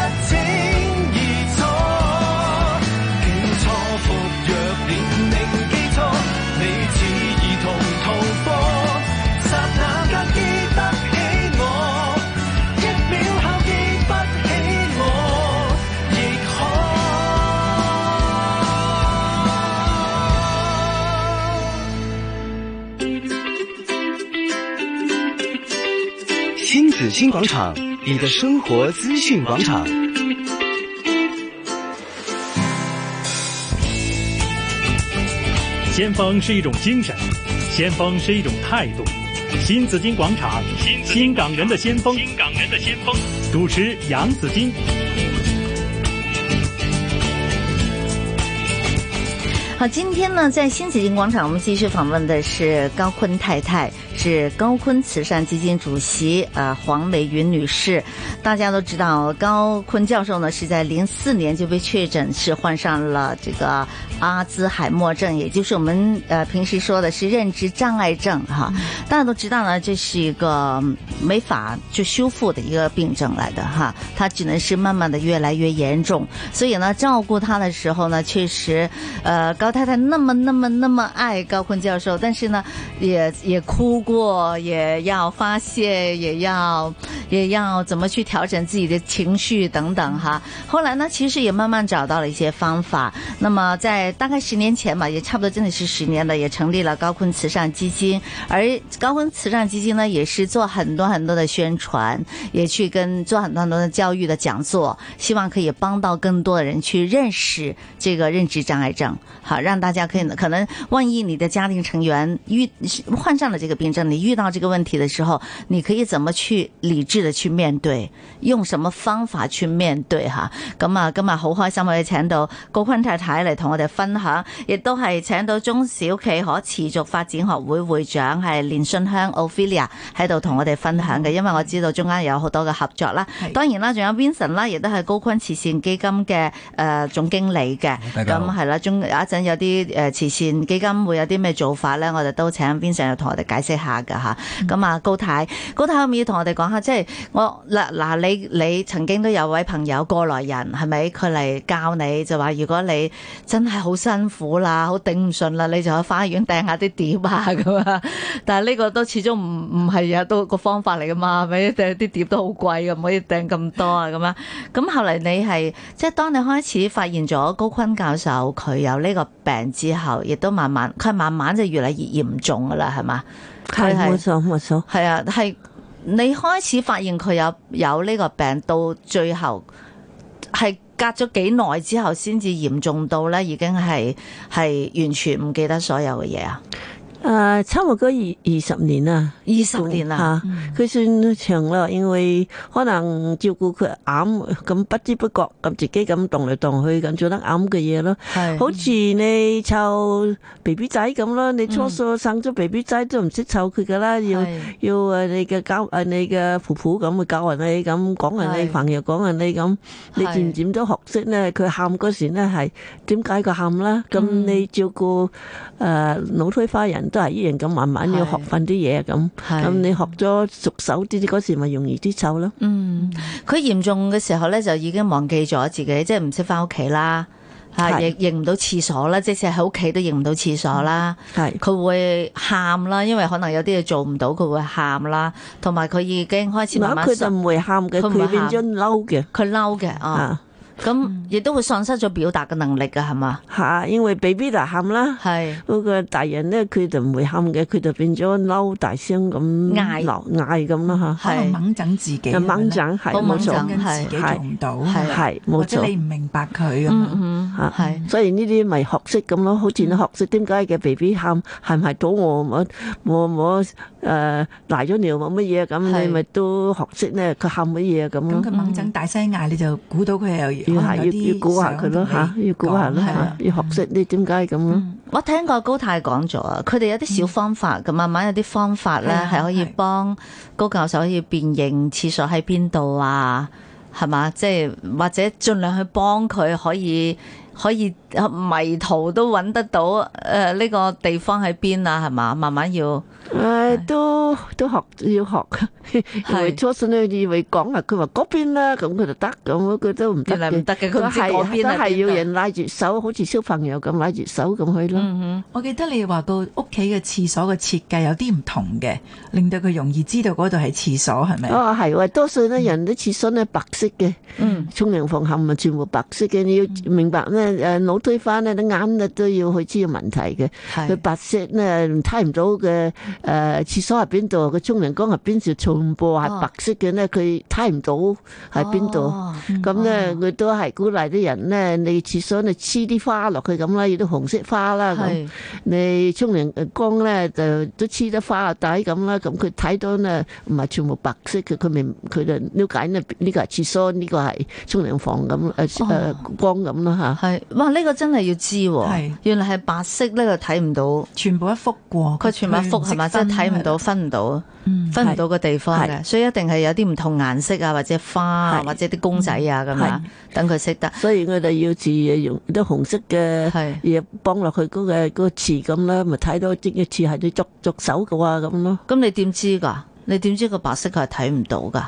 S8: 清二楚，記錯服藥年齡記錯，你似兒童逃課，剎那間記得起我，一秒後記不起我，亦可。
S7: 新紫金广场，你的生活资讯广场。
S1: 先锋是一种精神，先锋是一种态度。新紫金广场，新新港人的先锋，新港人的先锋。主持杨紫金。
S3: 好，今天呢，在新紫金广场，我们继续访问的是高坤太太，是高坤慈善基金主席，呃，黄美云女士。大家都知道，高坤教授呢是在零四年就被确诊是患上了这个阿兹海默症，也就是我们呃平时说的是认知障碍症哈。大家都知道呢，这是一个嗯没法去修复的一个病症来的哈，它只能是慢慢的越来越严重。所以呢，照顾他的时候呢，确实，呃，高太太那么那么那么爱高坤教授，但是呢，也也哭过，也要发泄，也要也要怎么去调整自己的情绪等等哈。后来呢，其实也慢慢找到了一些方法。那么在大概十年前吧，也差不多真的是十年了，也成立了高坤慈善基金。而高坤慈善基金呢，也是做很多很多的宣传，也去跟做很多很多的教育的讲座，希望可以帮到更多的人去认识这个认知障碍症，好让大家可以可能呃万一你的家庭成员遇患上了这个病症，你遇到这个问题的时候，你可以怎么去理智式嘅去面對，用什麼方法去面對吓。咁啊，今日好開心，我哋請到高錕太太嚟同我哋分享，亦都係請到中小企可持續發展學會會長係連信香 Ophelia 喺度同我哋分享嘅。因為我知道中間有好多嘅合作啦，
S5: 係
S3: 當然啦，仲有 Vincent 啦，亦都係高錕慈善基金嘅誒總經理嘅。
S2: 大家好
S3: 咁係啦，中有一陣有啲誒慈善基金會有啲咩做法咧，我哋都請 Vincent 又同我哋解釋下㗎吓。咁啊，高太，高太可唔可以同我哋講下，即係我嗱嗱，你你曾經都有位朋友過來人係咪？佢嚟教你就話，如果你真係好辛苦啦，好頂唔順啦，你就喺花園掟下啲碟啊 <laughs> 咁啊。但係呢個都始終唔唔係啊，都個方法嚟噶嘛，係咪？掟啲碟都好貴㗎，唔可以掟咁多啊咁樣。咁後嚟你係即係當你開始發現咗高錕教授佢有呢個病之後，亦都慢慢佢係慢慢就越嚟越嚴重噶啦，係嘛？
S4: 係
S3: 佢係
S4: 冇錯冇錯。
S3: 係啊，係你開始發現佢有有呢個病，到最後係隔咗幾耐之後，先至嚴重到咧，已經係係完全唔記得所有嘅嘢啊！
S4: 诶、差唔多二二十年啊啦。
S3: 二十年啊嗯啦，
S4: 嚇佢算長啦，因為可能照顧佢癌咁不知不覺咁自己咁動嚟動去咁做得啱嘅嘢咯。
S3: 係
S4: 好似你湊 B B 仔咁咯，你初數生咗 B B 仔都唔識湊佢噶啦，要
S3: 係
S4: 要誒你嘅教誒你嘅父母咁去教人你咁講人
S3: 係
S4: 你，朋友講人你咁，你
S3: 係
S4: 漸漸都學識咧。佢喊嗰時咧係點解佢喊啦？咁
S3: 嗯
S4: 你照顧誒腦退化人都係一樣咁，慢慢要
S3: 係
S4: 學翻啲嘢咁。
S3: 係
S4: 咁你學咗熟手啲嗰時，咪容易啲湊咯。
S3: 嗯，佢嚴重嘅時候咧，就已經忘記咗自己，即係唔識翻屋企啦，嚇
S4: 係
S3: 亦認唔到廁所啦，即使喺屋企都認唔到廁所啦。
S4: 係
S3: 佢會喊啦，因為可能有啲嘢做唔到，佢會喊啦，同埋佢已經開始慢慢
S4: 嗱，佢就
S3: 喪
S4: 唔會喊嘅，
S3: 佢唔會
S4: 佢變
S3: 喊
S4: 咗嬲嘅
S3: 佢嬲嘅啊，
S4: 啊
S3: 咁亦都會喪失咗表達嘅能力嘅，係嘛？
S4: 嚇，因為 B B 就喊啦。
S3: 係
S4: 嗰個大人咧，佢就唔會喊嘅，佢就變咗嬲大聲咁
S3: 嗌
S4: 鬧嗌咁啦
S5: 可能
S3: 係
S5: 掹整自己咁
S4: 嚇，
S5: 樣呢，
S4: 掹掌係
S3: 好
S5: 掹
S4: 冇
S3: 掹
S5: 緊
S4: 錯，
S3: 掌係
S5: 自己做唔到，
S3: 係
S4: 係
S5: 或
S4: 冇
S5: 者你
S4: 錯
S5: 唔明白佢
S3: 嗯
S5: 咁樣，
S3: 嗯
S4: 嚇
S3: 係
S4: 所以呢啲咪學識咁咯，好似
S3: 嗯
S4: 你學識點解嘅 B B 喊係唔係肚餓冇冇冇誒賴咗尿冇乜嘢咁，
S3: 係
S4: 你咪都學識咧佢喊乜嘢咁
S5: 咁
S4: 咯
S5: 佢。掹整大聲嗌，你就估到佢
S4: 嗯
S5: 又
S4: 要
S5: 可能
S4: 係
S5: 有
S4: 要
S5: 啲
S4: 要估下佢咯
S5: 想
S4: 嚇，
S5: 同你
S4: 要估下咯
S5: 講係
S4: 嚇
S5: 啊，
S4: 要學識你點解咁咯。
S3: 嗯我聽過高太講咗啊，佢哋有啲小方法嘅，慢慢有啲方法咧
S5: 係啊
S3: 係可以
S5: 係
S3: 幫高教授可以辨認廁所喺邊度啊，係嘛？即係或者盡量去幫佢可以可以迷途都揾得到誒呢個地方喺邊啊，係嘛？慢慢要
S4: 誒都都學要學，因為初信咧 <laughs> 以為講啊，佢話嗰邊啦，咁佢就得，咁佢都唔得
S3: 原來唔
S4: 嘅。
S3: 得嘅，佢
S4: 都
S3: 唔知
S4: 係
S3: 嗰啊邊
S4: 都係要
S3: 認。
S4: 人拉住手，好似小朋友咁拉住手咁去咯。
S3: 嗯
S5: 我記得你話個屋企嘅廁所嘅設計有啲唔同嘅，令到佢容易知道嗰度係廁所係咪？
S4: 哦，係喎，多數咧人啲廁所咧白色嘅，
S3: 嗯
S4: 沖涼房冚啊全部白色嘅，你要明白咧誒腦推翻咧，啲眼咧都要去知道問題嘅。
S3: 哼，
S4: 嗯佢
S3: 係
S4: 白色咧睇唔到嘅誒廁所喺邊度，佢沖涼缸喺邊處，全部係白色嘅咧，佢睇唔到喺邊度。
S3: 哦
S4: 咁咧，佢都係鼓勵啲人咧，你廁所你黐啲花落去咁啦，要啲紅色花啦咁。
S3: 係
S4: 你沖涼呃缸咧就都黐得花底咁啦，咁佢睇到咧唔係全部白色嘅，佢明佢就了解呢呢個係廁所，呢、個係沖涼房咁誒
S3: 哦
S4: 誒缸咁啦嚇。
S3: 係哇！呢個真係要知喎
S5: 係，
S3: 原來係白色呢個睇唔到。
S5: 全部一幅過，
S3: 佢全部一幅
S5: 佢唔
S3: 係
S5: 識
S3: 嘛，即係
S5: 分
S3: 睇唔到、
S5: 係啦
S3: 分唔到、
S5: 嗯
S3: 分唔到個地方嘅，
S4: 係
S3: 所以一定係有啲唔同顏色啊，或者花啊，
S4: 係
S3: 或者啲公仔啊咁樣，等佢識得。
S4: 所以我哋要自用啲紅色嘅
S3: 係
S4: 嘢幫落去嗰、個嗰、個池咁啦，咪睇到啲嘅池係你捉捉手嘅話咁咯，
S3: 咁你點知㗎？你點知個白色佢係睇唔到㗎？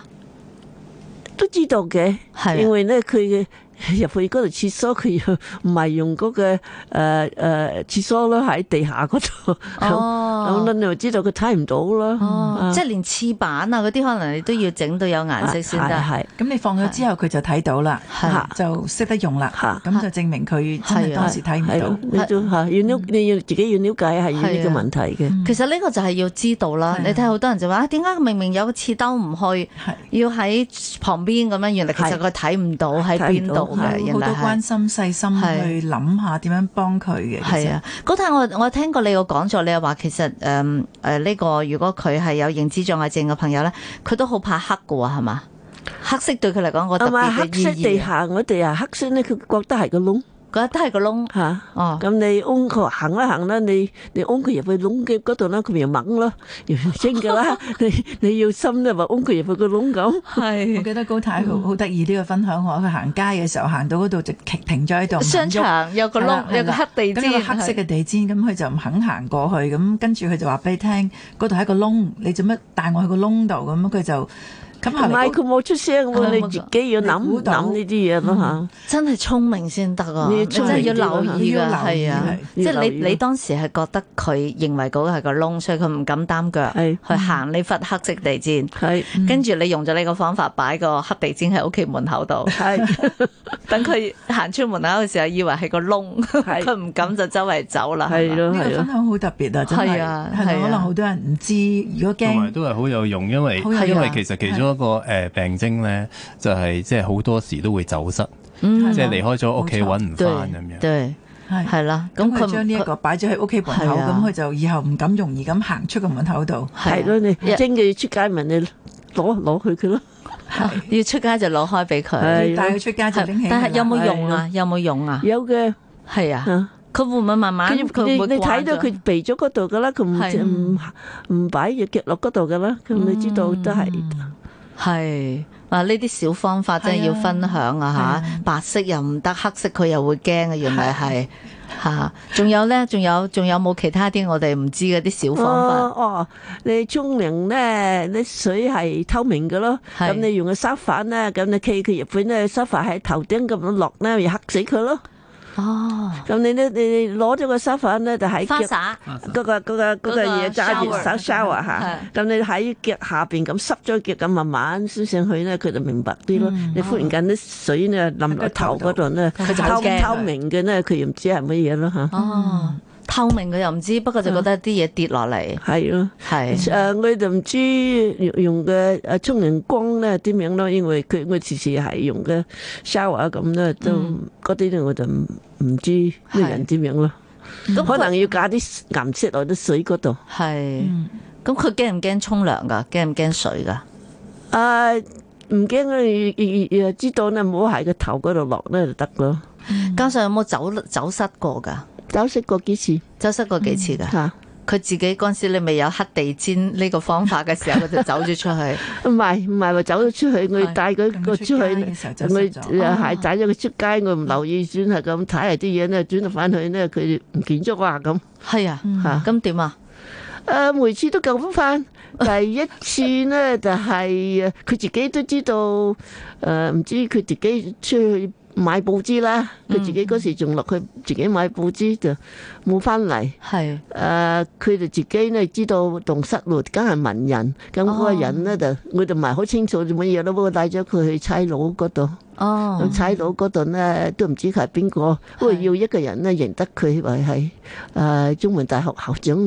S4: 都知道嘅。因
S3: 係啊
S4: 為咧佢嘅入去嗰度廁所，佢又 <laughs> 唔係用嗰、個誒誒廁所咯，喺地下嗰度。咁
S3: 哦
S4: 咁你咪知道佢睇唔到咯。
S3: 哦
S4: 啊，
S3: 即係連翅板啊嗰啲，可能你都要整到有顏色先得。
S4: 啊係係
S5: 咁你放咗之後，佢就睇到啦，
S3: 係
S5: 就識得用啦。
S4: 嚇
S5: 咁就證明佢真
S3: 係
S5: 係
S3: 啊
S5: 當時睇唔
S4: 係
S5: 到
S4: 咯，。你都嚇要了，你要自己要了解係呢個
S3: 嗯係啊
S4: 問題嘅。
S3: 其實呢個就係要知道啦。
S5: 係啊
S3: 你睇好多人就話啊，點解明明有個刺兜唔去，
S5: 係
S3: 要喺旁邊咁樣？原來其實
S4: 係
S3: 佢睇唔到喺邊度嘅，
S5: 係
S3: 原
S5: 好
S3: 來
S5: 多
S3: 係
S5: 關。心細心
S3: 係
S5: 去諗下點樣幫佢嘅。其實
S3: 係啊，高太，我我聽過你個講座，你又話其實誒誒呢個如果佢係有認知障礙症嘅朋友咧，佢都好怕黑嘅喎，係嘛？黑色對佢嚟講個特
S4: 啊嘛，
S3: 別
S4: 黑
S3: 嘅
S4: 色
S3: 意
S4: 地
S3: 義，
S4: 下我哋啊黑色咧，佢覺得係個窿
S3: 覺得係個窿
S4: 嚇。
S3: 哦。
S4: 咁你擁佢行啦行啦，你你擁佢入去窿嘅嗰度啦，佢咪猛咯，要升噶啦，你你要深咧，咪擁佢入去個窿咁。
S5: 我
S3: 係
S5: 記得高太
S3: 嗯
S5: 好好得意呢個分享我，佢行街嘅時候行到嗰度就停停咗喺度，唔肯
S3: 商
S5: 喐
S3: 場有個
S5: 係啦
S3: 窿，有個
S5: 係啦
S3: 黑地
S5: 咁有
S3: 氈，
S5: 個黑色
S3: 啊係
S5: 嘅地氈，咁佢就唔肯行過去，咁跟住佢就話俾你聽，嗰度係一個窿，你做乜帶我去個窿度？咁佢就咁後
S4: 唔
S5: 來
S4: 係佢冇出聲
S3: 係
S4: 喎，你
S3: 冇
S4: 自己要
S5: 你
S4: 諗
S5: 估到
S4: 諗呢啲嘢咯嚇。
S3: 真係聰明先得啊！
S4: 你要
S3: 你真係要留意㗎，
S5: 聰明
S3: 係
S5: 啲
S3: 啊
S5: 啦！
S3: 即係
S4: 要留意要留
S3: 你
S4: 意
S3: 你當時係覺得佢認為嗰個係個窿，所以佢唔敢擔腳
S4: 係
S3: 去行呢忽黑色地氈。
S4: 係
S3: 跟住你用咗呢個方法擺個黑地氈喺屋企門口度，
S4: 係
S3: 等佢行出門口嘅時候，以為係個窿，
S4: 係
S3: 佢唔敢就周圍走啦。係
S4: 係
S3: 嘛
S4: 咯
S5: 呢
S4: 係
S5: 個分
S4: 咯，
S5: 享好特別啊，真係
S3: 係啊
S5: 係
S3: 係啊
S5: 咪可能好多人唔知，如果
S2: 同埋
S5: 驚
S2: 都係好有用，因為
S5: 好有
S2: 因
S5: 用
S2: 為
S5: 啊
S2: 其實其中一個誒病徵咧，就係即係好多時都會走失，
S3: 嗯，
S2: 即係離開咗屋企
S5: 冇錯
S2: 揾唔
S3: 對
S2: 翻咁樣。
S3: 對
S5: 係
S3: 係啦，咁佢
S5: 咁佢將呢一個擺咗喺屋企門口，
S3: 係啊
S5: 咁佢就以後唔敢容易咁行出個門口度。
S3: à?
S4: 係咯，你真嘅要出街問你攞攞佢佢咯。
S3: <laughs> 要出街就攞開俾佢。
S4: 係
S5: 要帶佢出街就拎起佢啦。
S3: 但係有冇用啊？有冇用啊？
S4: 有嘅，
S3: 係啊，
S4: 啊
S3: 佢會唔會慢慢
S4: 佢
S3: 佢
S4: 你
S3: 會
S4: 你睇
S3: 慣
S4: 到
S3: 咗
S4: 佢避咗嗰度噶啦，佢
S3: 係
S4: 唔唔唔擺隻腳落嗰度噶啦，咁你知道都係
S3: 係啊，呢啲小方法真係要分享啊吓，白色又唔得，黑色佢又會驚嘅，原來係吓。仲有咧，仲有仲有冇其他啲我哋唔知嘅啲小方法？
S4: 哦哦，你沖涼咧，啲水係透明嘅咯。
S3: 係
S4: 咁你用個沙發咧，咁你企佢入邊咧，沙發喺頭頂咁樣落咧，咪嚇死佢咯。
S3: 哦，
S4: 咁你咧，你你攞咗個沙發咧，就喺
S3: 花
S4: 腳
S3: 灑
S4: 嗰個嗰個嗰個嘢揸住手
S3: shower
S4: shower 嚇。咁你喺腳下邊咁濕咗腳咁慢慢燒上去咧，佢就明白啲咯。
S3: 嗯
S4: 你忽然間啲水咧淋落頭嗰度咧，
S3: 佢就
S4: 透
S3: 驚
S4: 透明嘅咧，佢又唔知係乜嘢咯嚇。
S3: 哦，透明佢又唔知，不過就覺得啲嘢跌落嚟，
S4: 係咯。
S3: 係
S4: 誒，呃我哋唔知用用嘅誒沖涼光咧點樣咯，因為佢我時時係用嘅 shower 啊咁咧，都嗰啲咧我就唔唔知呢人點樣咯。
S3: 咁
S4: 可能
S3: 佢
S4: 要加啲顏色落啲水嗰度。
S3: 係咁佢驚唔驚沖涼㗎？驚唔驚水㗎？
S4: 啊，唔驚啊要，要知道咧，唔好喺個頭嗰度落咧就得咯。
S3: 加上有冇走走失過㗎？
S4: 走失過幾次
S3: 走失過幾次㗎？
S4: 嚇？
S3: 佢自己嗰陣時，你未有黑地氈呢個方法嘅時候，佢就走咗出去。 <laughs>
S4: 唔係唔係話走咗出去，我要帶佢個出去，我
S5: 咁佢出街嘅時候走失咗哦
S4: 係帶呃咗佢出街，我唔留意，轉係咁睇下啲嘢咧，轉頭翻去咧，佢唔見咗啊咁。
S3: 係啊，
S4: 嚇
S3: 咁點啊？
S4: 誒呃每次都救翻
S3: <laughs>
S4: 翻，第一次呢，就係呃誒佢自己都知道誒，唔知佢自己出去買報紙啦，佢自己嗰時仲落去自己買報紙就冇翻嚟。
S3: 係
S4: 誒佢哋自己呢知道動失路，梗係文人，咁嗰個人
S3: 哦
S4: 呢，就我哋唔係好清楚做乜嘢咯，不過帶咗佢去差佬嗰度，
S3: 哦
S4: 咁，差佬嗰度呢，都唔知佢係邊個，不過
S3: 係
S4: 要一個人呢，認得佢為係誒中文大學校長。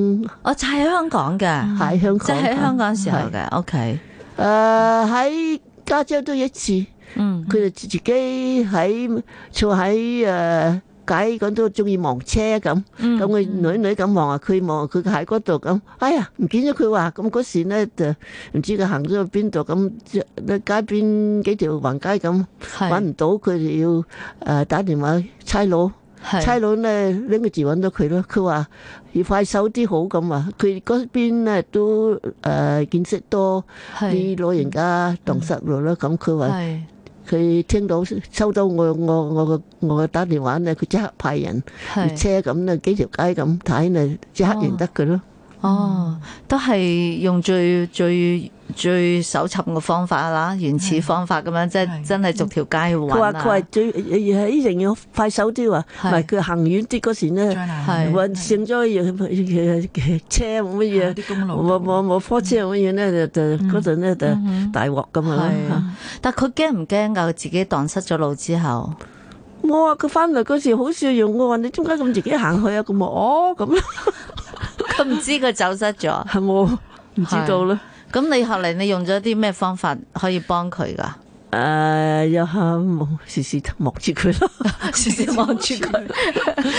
S3: 我哦就喺香港嘅，
S4: 喺香港，
S3: 嗯即係喺香港時候
S4: 係。
S3: 嘅。OK，
S4: 誒呃喺加州都一次，
S3: 嗯，
S4: 佢哋自己喺坐喺呃誒解講都中意望車咁，
S3: 嗯
S4: 咁佢女女咁望啊，佢望佢喺嗰度咁，哎呀唔見咗佢話，咁嗰時咧就唔知佢行咗去邊度咁，街邊幾條橫街咁揾
S3: 係
S4: 唔到，佢哋要呃誒打電話差佬。差
S3: 係
S4: 佬咧拎個字揾到佢咯，佢話要快手啲好咁啊！佢嗰邊咧都誒、呃、見識多
S3: 係
S4: 啲老人家蕩失路啦，咁佢話
S3: 係
S4: 佢聽到收到我我我個我個打電話咧，佢即刻派人列
S3: 係
S4: 車咁咧幾條街咁睇咧，即刻認得佢咯。
S3: 哦，都係用最最最搜尋嘅方法啦，原始方法咁樣，即係
S5: 係
S3: 真係逐條街去
S4: 佢
S3: 揾
S4: 話佢話
S3: 啊。
S4: 最依樣要快手啲話，
S3: 係
S4: 唔係佢行遠啲嗰時咧，
S5: 再難
S3: 係
S4: 運剩咗嘢車冇乜嘢。
S5: 啊啲公路
S4: 冇冇冇火車咁樣咧，就就嗰陣咧就
S3: 嗯哼
S4: 大鑊咁
S3: 係
S4: 啊！，
S3: 但佢驚唔驚噶？佢自己蕩失咗路之後，
S4: <laughs> 我話佢翻嚟嗰時好笑容，我話你點解咁自己行去啊？咁話哦 <laughs> 咁，
S3: 佢唔知佢走失咗。
S4: 係冇唔知道啦。 <laughs>
S3: 咁你後嚟你用咗啲咩方法可以幫佢噶？
S4: 誒、诶，呃又喊望時時望住佢咯，
S3: 時時望住佢，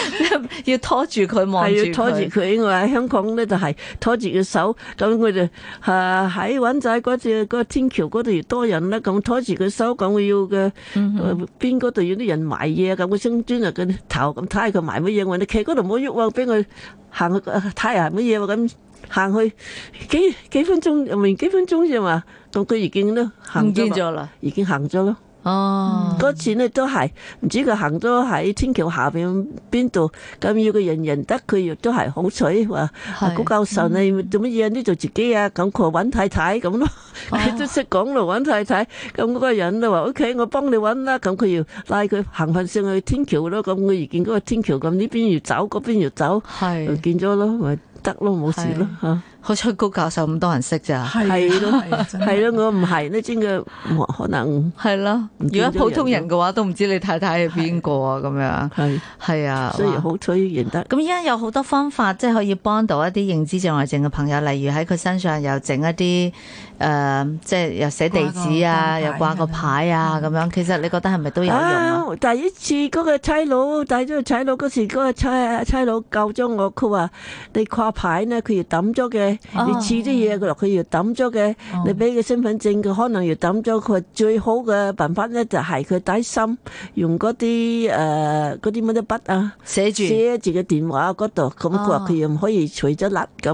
S3: <laughs> 要拖住佢 <laughs> 望住
S4: 係
S3: 佢
S4: 要拖住佢。我喺香港咧就係拖住佢手，咁我哋誒喺灣仔嗰只嗰個天橋嗰度越多人啦，咁拖住佢手，咁我要嘅
S3: 嗯
S4: 誒邊嗰度要啲人埋嘢，咁我先端入佢頭咁睇下佢埋乜嘢，我哋企嗰度唔好喐喎，俾佢行去啊睇下係乜嘢喎咁。行去幾幾分鐘，唔係幾分鐘啫嘛，咁佢已經都行嗯
S3: 唔
S4: 咗
S3: 見
S4: 啦，
S3: 咗啦。
S4: 已經行咗咯。
S3: 哦，
S4: 嗰次呢都係唔知佢行咗喺天橋下邊邊度，咁要佢人人得，佢亦都係好彩
S3: 係
S4: 話啊
S3: 嗯
S4: 高教授你做乜嘢呢度自己啊？咁佢話揾太太咁咯，
S3: 哦
S4: <laughs> 佢都識講咯，揾太太。咁嗰個人就話：OK，我幫你揾啦。咁佢要拉佢行翻上去天橋咯。咁佢遇見嗰個天橋咁，呢邊要走，嗰邊要走，就
S3: 係
S4: 見咗咯，咪得咯，冇事咯
S3: 係
S4: 嚇。
S3: 好彩高教授咁多人識咋。
S5: 係咯，係啊真係
S4: 係咯，我唔係呢，真嘅冇可能
S3: 係咯，如果
S4: 見咗
S3: 普通
S4: 人
S3: 人嘅話，都唔知你太太係邊個啊？咁樣
S4: 係，
S3: 係啊，
S4: 所以
S3: 哇
S4: 好彩認得。
S3: 咁依家有好多方法，即係可以幫到一啲認知障礙症嘅朋友，例如喺佢身上又整一啲誒、呃即係又寫地址啊，又掛
S5: 掛個
S3: 個牌啊咁樣。其實你覺得係咪都有用啊？
S4: 嗯啊！第一次嗰個差佬帶咗個差佬嗰時，嗰、個差差佬救咗我。佢話你掛牌呢，佢要抌咗嘅，
S3: 哦
S4: 你黐啲嘢佢落，佢要抌咗嘅。你俾佢身份證，佢可能要抌咗。佢話最好嘅辦法呢，就係佢底心用嗰啲誒嗰啲乜嘢筆啊。
S3: 寫住
S4: 寫住嘅電話嗰度，咁佢話
S3: 哦
S4: 佢又唔可以除咗甩咁，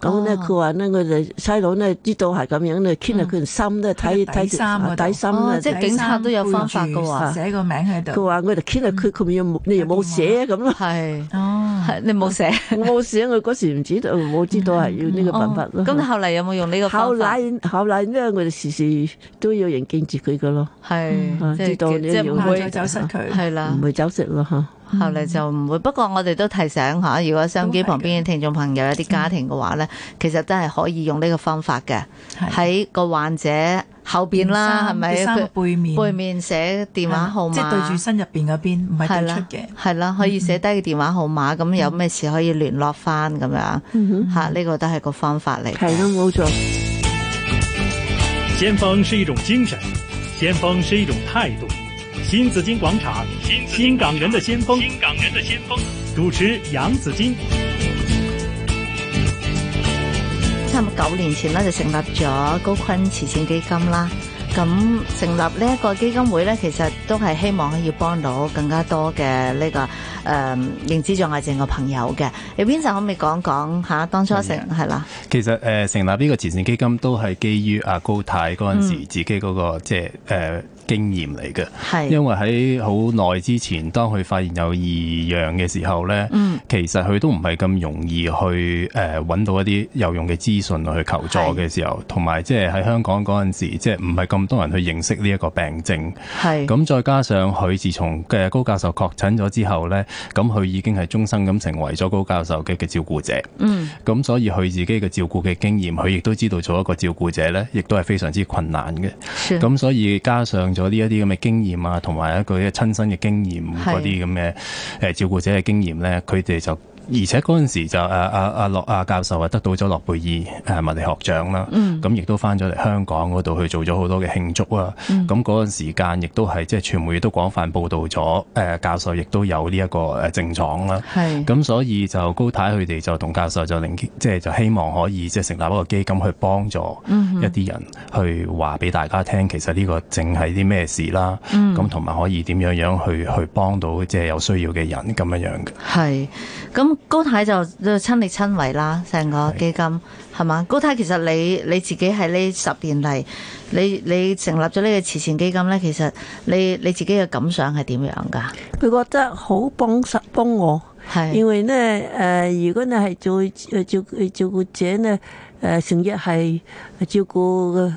S4: 咁咧
S3: 哦嗯
S4: 佢話咧我哋差佬咧知道係咁樣咧，牽下佢條心咧睇
S5: 喺個
S4: 睇
S5: 底
S4: 住
S5: 衫嗰度
S4: 啊底衫
S3: 哦
S4: 咧
S3: 即係警察都有方法㗎
S4: 啊
S3: 喎
S5: 寫個名喺
S4: 佢
S5: 度。
S4: 話我哋傾下啊
S3: 嗯
S4: 佢，佢又冇你又冇寫
S3: <laughs>
S4: 咁咯。
S3: 係
S5: 哦，
S3: 係你冇
S4: <laughs>
S3: 寫。
S4: 我冇寫，我嗰時唔知道，冇知道係要呢個辦法咯。
S3: 哦咁、後嚟有冇用呢個
S4: 後
S3: 方法？
S4: 嚟後嚟咧，我哋時時都要人見住佢噶咯，
S3: 係
S4: 嗯
S3: 即
S4: 知道
S3: 係
S4: 你
S3: 即係
S4: 要
S3: 唔
S5: 怕
S3: 會
S5: 再走失佢。
S3: 係啦
S4: 唔。會走失咯嚇。
S3: 後
S5: 嗯
S3: 嚟就唔會，不過我哋都提醒下，如果收音機旁邊嘅聽眾朋友有啲家庭嘅話咧，其實都係可以用呢個方法嘅，
S5: 係
S3: 喺個患者後邊啦，係咪？
S5: 件衫
S3: 佢
S5: 嘅背面
S3: 背面寫電話號碼，
S5: 即係對住身入邊嗰邊，唔係
S3: 係
S5: 對出
S3: 啦
S5: 嘅。，
S3: 係啦，可以寫低嘅電話號碼，咁有咩事可以聯絡翻咁樣
S5: 嗯
S3: 吓，呢個都係個方法嚟。
S4: 係咯，冇錯。
S1: 先鋒是一种精神，先鋒是一种态度。新紫金广场，新新港人的先锋，新港人的先锋。主持杨紫金。
S3: 差唔多九年前咧就成立咗高坤慈善基金啦。咁成立呢一個基金會咧，其實都係希望可以幫到更加多嘅呢、個誒、呃、認知障礙症嘅朋友嘅。你邊就可唔可以講講嚇當初成係啦？
S2: 其實誒、呃成立呢個慈善基金都係基於阿高太嗰陣時
S5: 嗯
S2: 自己嗰、個即係誒經驗嚟嘅，
S3: 係
S2: 因為喺好耐之前，當佢發現有異樣嘅時候咧，
S3: 嗯
S2: 其實佢都唔係咁容易去誒揾、到一啲有用嘅資訊去求助嘅時候，同埋即係喺香港嗰陣時，即係唔係咁多人去認識呢一個病症。
S3: 係
S2: 咁再加上佢自從嘅高教授確診咗之後呢，咁佢已經係終生咁成為咗高教授嘅嘅照顧者。
S3: 嗯
S2: 咁所以佢自己嘅照顧嘅經驗，佢亦都知道做一個照顧者呢，亦都係非常之困難嘅。
S3: 是
S2: 咁所以加上咗呢一啲咁嘅經驗啊，同埋一個嘅親身嘅經驗
S3: 係
S2: 嗰啲咁嘅誒照顧者嘅經驗呢，佢哋就。而且嗰陣時就阿阿阿諾阿教授啊得到咗諾貝爾誒物理學獎啦，
S3: 嗯
S2: 咁亦、都翻咗嚟香港嗰度去做咗好多嘅慶祝啊。
S3: 嗯
S2: 咁嗰陣時間亦都係即係傳媒都廣泛報導咗誒、呃教授亦都有呢一個誒症狀啦。
S3: 係
S2: 咁所以就高太佢哋就同教授就令即係就希望可以即係成立一個基金去幫助一啲人去話俾大家聽，其實呢個症係啲咩事啦，咁同埋可以點樣樣去去幫到即係有需要嘅人咁樣樣嘅。
S3: 係咁高太就就親力親為啦，成個
S2: 係
S3: 基金係嘛？高太其實你你自己喺呢十年嚟，你你成立咗呢個慈善基金咧，其實你你自己嘅感想係點樣㗎？
S4: 佢覺得好幫實幫我。
S3: 係
S4: 因為呢，誒、如果你係做誒照顧照顧者呢，誒、成日係照顧嘅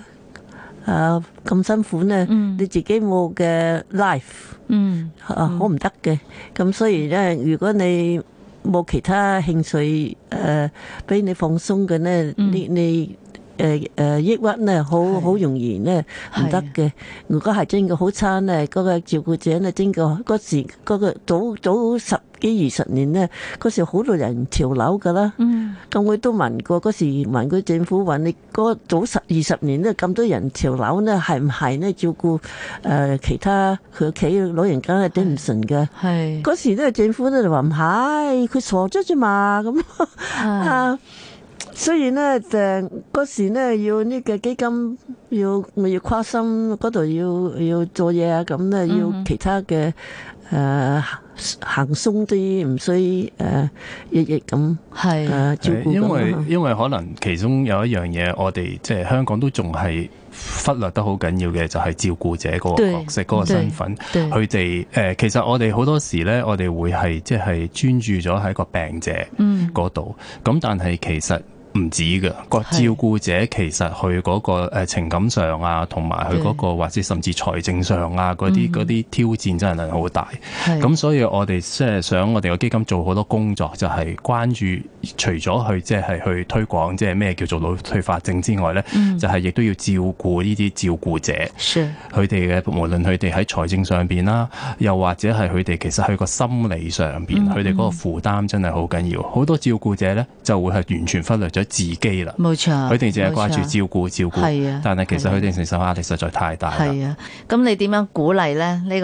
S4: 誒咁辛苦呢，
S3: 嗯
S4: 你自己冇嘅 life
S3: 嗯。
S4: 啊，好唔得嘅。咁所以呢，如果你呃冇其他興趣誒，俾、你放鬆嘅呢，你你誒誒抑鬱咧，好
S3: 嗯係啊
S4: 好容易咧唔得嘅。如果係真嘅好差咧，嗰、個照顧者咧，真嘅嗰時嗰、個早早十幾二十年咧，嗰時好多人跳樓噶啦。
S3: 嗯，
S4: 咁佢都問過嗰時問佢政府話你嗰早十二十年咧咁多人潮樓咧係唔係咧照顧誒、呃其他佢屋企老人家係頂唔順嘅。
S3: 係
S4: 嗰時咧政府咧就話唔係，佢傻咗啫嘛咁啊。雖然咧就嗰時咧要呢個基金要要跨心嗰度要要做嘢啊，咁咧要其他嘅誒、呃行鬆啲，唔需誒日日咁。
S3: 係
S4: 誒照顧
S2: 呃因
S4: 咁
S2: 為
S4: 啊
S2: 因為可能其中有一樣嘢，我哋即係香港都仲係忽略得好緊要嘅，就係照顧者嗰個
S3: 對
S2: 角色、嗰個身份。
S3: 對
S2: 佢哋誒，其實我哋好多時咧，我哋會係即係專注咗喺個病者
S3: 嗯
S2: 嗰度，咁、但係其實。唔止嘅個照
S3: 係
S2: 顧者其實佢嗰個誒情感上啊，同埋佢嗰個或者甚至財政上啊嗰
S4: 嗯
S2: 啲嗰啲挑戰真係好大。
S3: 係
S2: 咁所以我哋即係想我哋個基金做好多工作，就係、關注除咗去即係去推廣即係咩叫做腦退化症之外咧，
S3: 嗯
S2: 就係亦都要照顧呢啲照顧者，
S3: 是
S2: 佢哋嘅無論佢哋喺財政上邊啦，又或者係佢哋其實喺個心理上
S3: 嗯
S2: 邊，佢哋嗰個負擔真係好緊要。好多照顧者咧就會係完全忽略咗自己啦，
S3: 冇錯，
S2: 佢哋淨係掛住
S3: 冇錯
S2: 照顧照
S3: 係啊
S2: 顧，但係其實
S3: 係啊
S2: 佢哋承受壓力實在太大啦。
S3: 係啊，咁你點樣鼓勵咧？呢、個誒、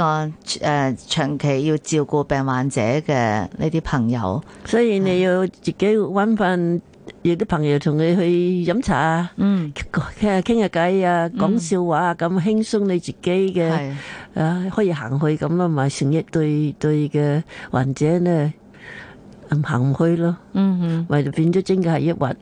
S3: 呃、長期要照顧病患者嘅呢啲朋友，
S4: 所以你要自己揾份有啲朋友同你去飲茶啊，
S3: 嗯，
S4: 傾傾下偈啊，講笑話啊，咁輕鬆你自己嘅，
S3: 係
S4: 啊可以行去咁咯，咪成日對對嘅患者呢，唔行唔去咯，
S3: 嗯哼
S4: 咪就變咗真嘅係抑鬱。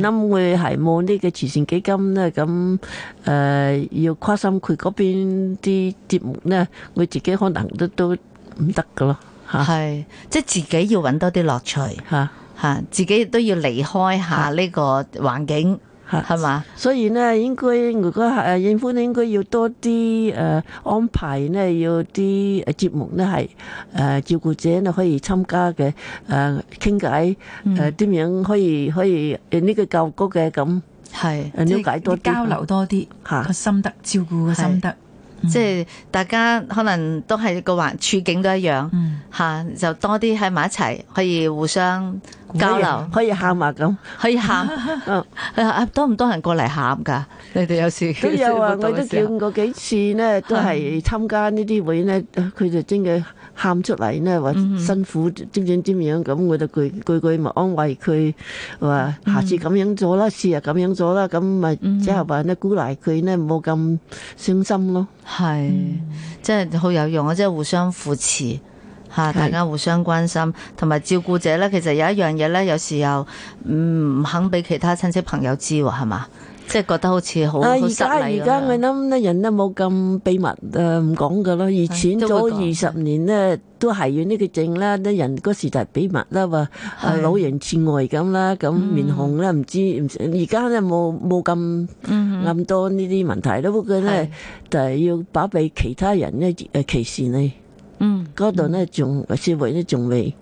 S3: 係
S4: 諗佢係冇呢個慈善基金呢，咁誒、呃要跨心佢嗰邊啲節目呢，佢自己可能都都唔得噶咯，嚇嚇
S3: 係，即係自己要揾多啲樂趣。
S4: 嚇。
S3: 吓，自己都要離開下呢個環境，
S4: 嚇
S3: 係嘛？
S4: 所以咧，應該如果係政府咧，應該要多啲誒、呃安排咧，要啲誒節目咧係誒照顧者咧可以參加嘅誒傾偈誒點樣可以可以誒呢個教育局嘅咁
S3: 係，
S4: 誒
S5: 即
S4: 了
S5: 係
S4: 解多啲啊
S5: 交流多啲
S4: 嚇
S5: 個心得，照顧個心得，
S3: 即係大家可能都係個環處境都一樣
S5: 嗯，
S3: 吓，就多啲喺埋一齊，可以互相交流，
S4: 可以可以喊啊咁。
S3: 可以喊。
S4: 嗯
S3: 佢話啊多唔多人過嚟喊㗎？你哋有時
S4: 都有 <laughs> 啊！
S3: 活
S4: 我
S3: 動
S4: 都
S3: 嘅時
S4: 見
S3: 候
S4: 過幾次呢，都係參加呢啲會呢，佢就真嘅喊出嚟呢，話辛苦點點點樣咁，我就句句句咪安慰佢話下次咁樣做啦，試下咁樣做啦，咁咪即係話呢，鼓勵佢呢，冇咁傷心咯。
S3: 係，即係好有用啊！即係互相扶持吓，大家互相關心，同埋照顧者咧，其實有一樣嘢咧，有時又唔肯俾其他親戚朋友知喎，係嘛？即係覺得好似好
S4: 啊！
S3: 好
S4: 而
S3: 失
S4: 家
S3: 禮
S4: 而
S3: 咁
S4: 家我
S3: 樣。
S4: 諗呢，人呢冇咁秘密啊誒唔講噶咯。以前
S3: 都
S4: 早
S3: 會
S4: 二
S3: 講
S4: 十年呢，都係要呢個證啦，啲人嗰時就係秘密啦，話啊
S3: 係嗯
S4: 老人痴呆咁啦，咁面紅啦，唔知唔知而家呢冇冇咁咁多呢啲問題咯。不過呢
S3: 嗯係，
S4: 就係要把俾其他人呢誒歧視你
S3: 嗯，
S4: 嗰度呢，仲社會呢仲未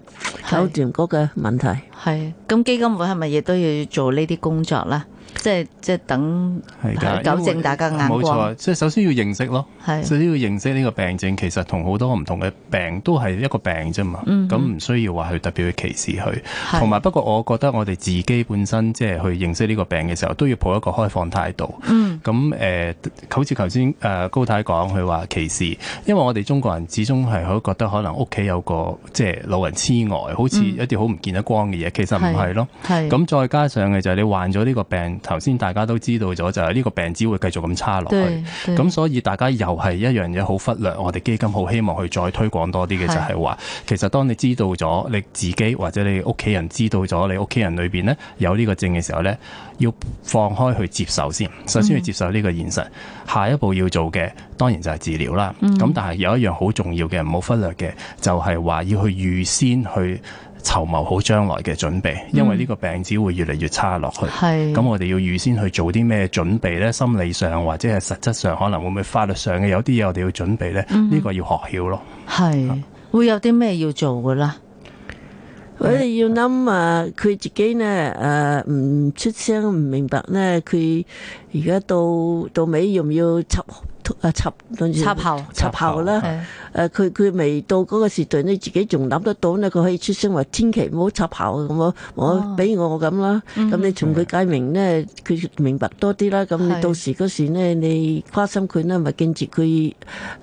S4: 搞
S3: 係
S4: 掂嗰個問題。
S3: 係。咁基金會係咪亦都要做呢啲工作咧？即係即係等
S2: 係㗎，
S3: 糾
S2: 因為
S3: 正大家嘅眼
S2: 冇錯，
S3: 光。
S2: 即係首先要認識咯。
S3: 係
S2: 所以要認識呢個病症，其實同好多唔同嘅病都係一個病啫嘛。咁唔、需要話去特別去歧視佢。
S3: 係
S2: 同埋不過，我覺得我哋自己本身即係去認識呢個病嘅時候，都要抱一個開放態度。
S3: 嗯
S2: 咁誒、呃好似頭先誒高太講，佢話歧視，因為我哋中國人始終係好覺得可能屋企有個即係老人痴呆，好似一啲好唔見得光嘅嘢，其實唔係咯。
S3: 係
S2: 咁再加上嘅就係你患咗呢個病，頭先大家都知道咗，就係呢個病只會繼續咁差落去
S3: 對。對
S2: 咁所以大家又係一樣嘢好忽略，我哋基金好希望去再推廣多啲嘅
S3: 係
S2: 就係話，其實當你知道咗你自己或者你屋企人知道咗你屋企人裏邊呢有呢個症嘅時候呢，要放開去接受先，首
S3: 嗯
S2: 先去接受呢個現實。下一步要做嘅當然就係治療啦。咁、但係有一樣好重要嘅唔好忽略嘅，就係話要去預先去。籌謀好將來嘅準備，因為呢個病只會越嚟越差落去。
S3: 係
S2: 咁我哋要預先去做啲咩準備呢？心理上或者係實質上，可能會唔會法律上嘅有啲嘢我哋要準備呢？呢、個要學曉咯。
S3: 係會有啲咩要做㗎啦？
S4: 我哋要諗啊，佢自己呢，誒唔出聲，唔明白呢，佢而家到到尾要唔要插啊插
S3: 插喉
S4: 插喉啦
S2: 插喉？
S4: 誒佢佢未到嗰個時段呢，自己仲諗得到呢，佢可以出聲話千祈唔好插喉啊咁我
S2: 哦
S4: 我俾我咁啦，
S2: 嗯
S4: 咁你從佢解明呢，佢明白多啲啦。咁
S3: 係
S4: 你到時嗰時呢，你關心佢呢，咪見住佢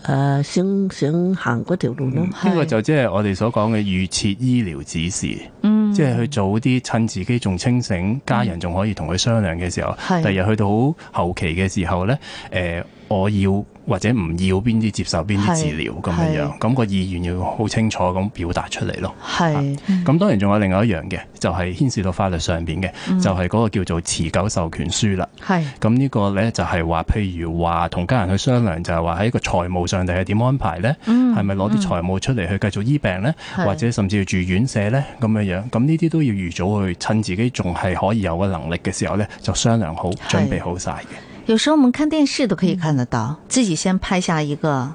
S4: 誒想想行嗰條路咯。
S2: 呢個就即係我哋所講嘅預設醫療指示，
S3: 嗯
S2: 即係去早啲趁自己仲清醒，家人仲可以同佢商量嘅時候，
S3: 係
S2: 第日去到好後期嘅時候呢，誒、我要或者唔要邊啲接受邊啲治療咁樣樣，咁個意願要好清楚咁表達出嚟咯。
S3: 係
S2: 咁當然仲有另外一樣嘅，就係、牽涉到法律上邊嘅，就係嗰個叫做持久授權書啦。
S3: 係
S2: 咁呢個呢，就係話，譬如話同家人去商量，就係話喺個財務上定係點安排呢？係咪攞啲財務出嚟去繼續醫病呢？
S3: 嗯係
S2: 或者甚至要住院舍呢？咁樣樣，咁呢啲都要預早去趁自己仲係可以有嘅能力嘅時候呢，就商量好，準備好晒嘅。
S3: 有时候我们看电视都可以看得到，自己先拍下一个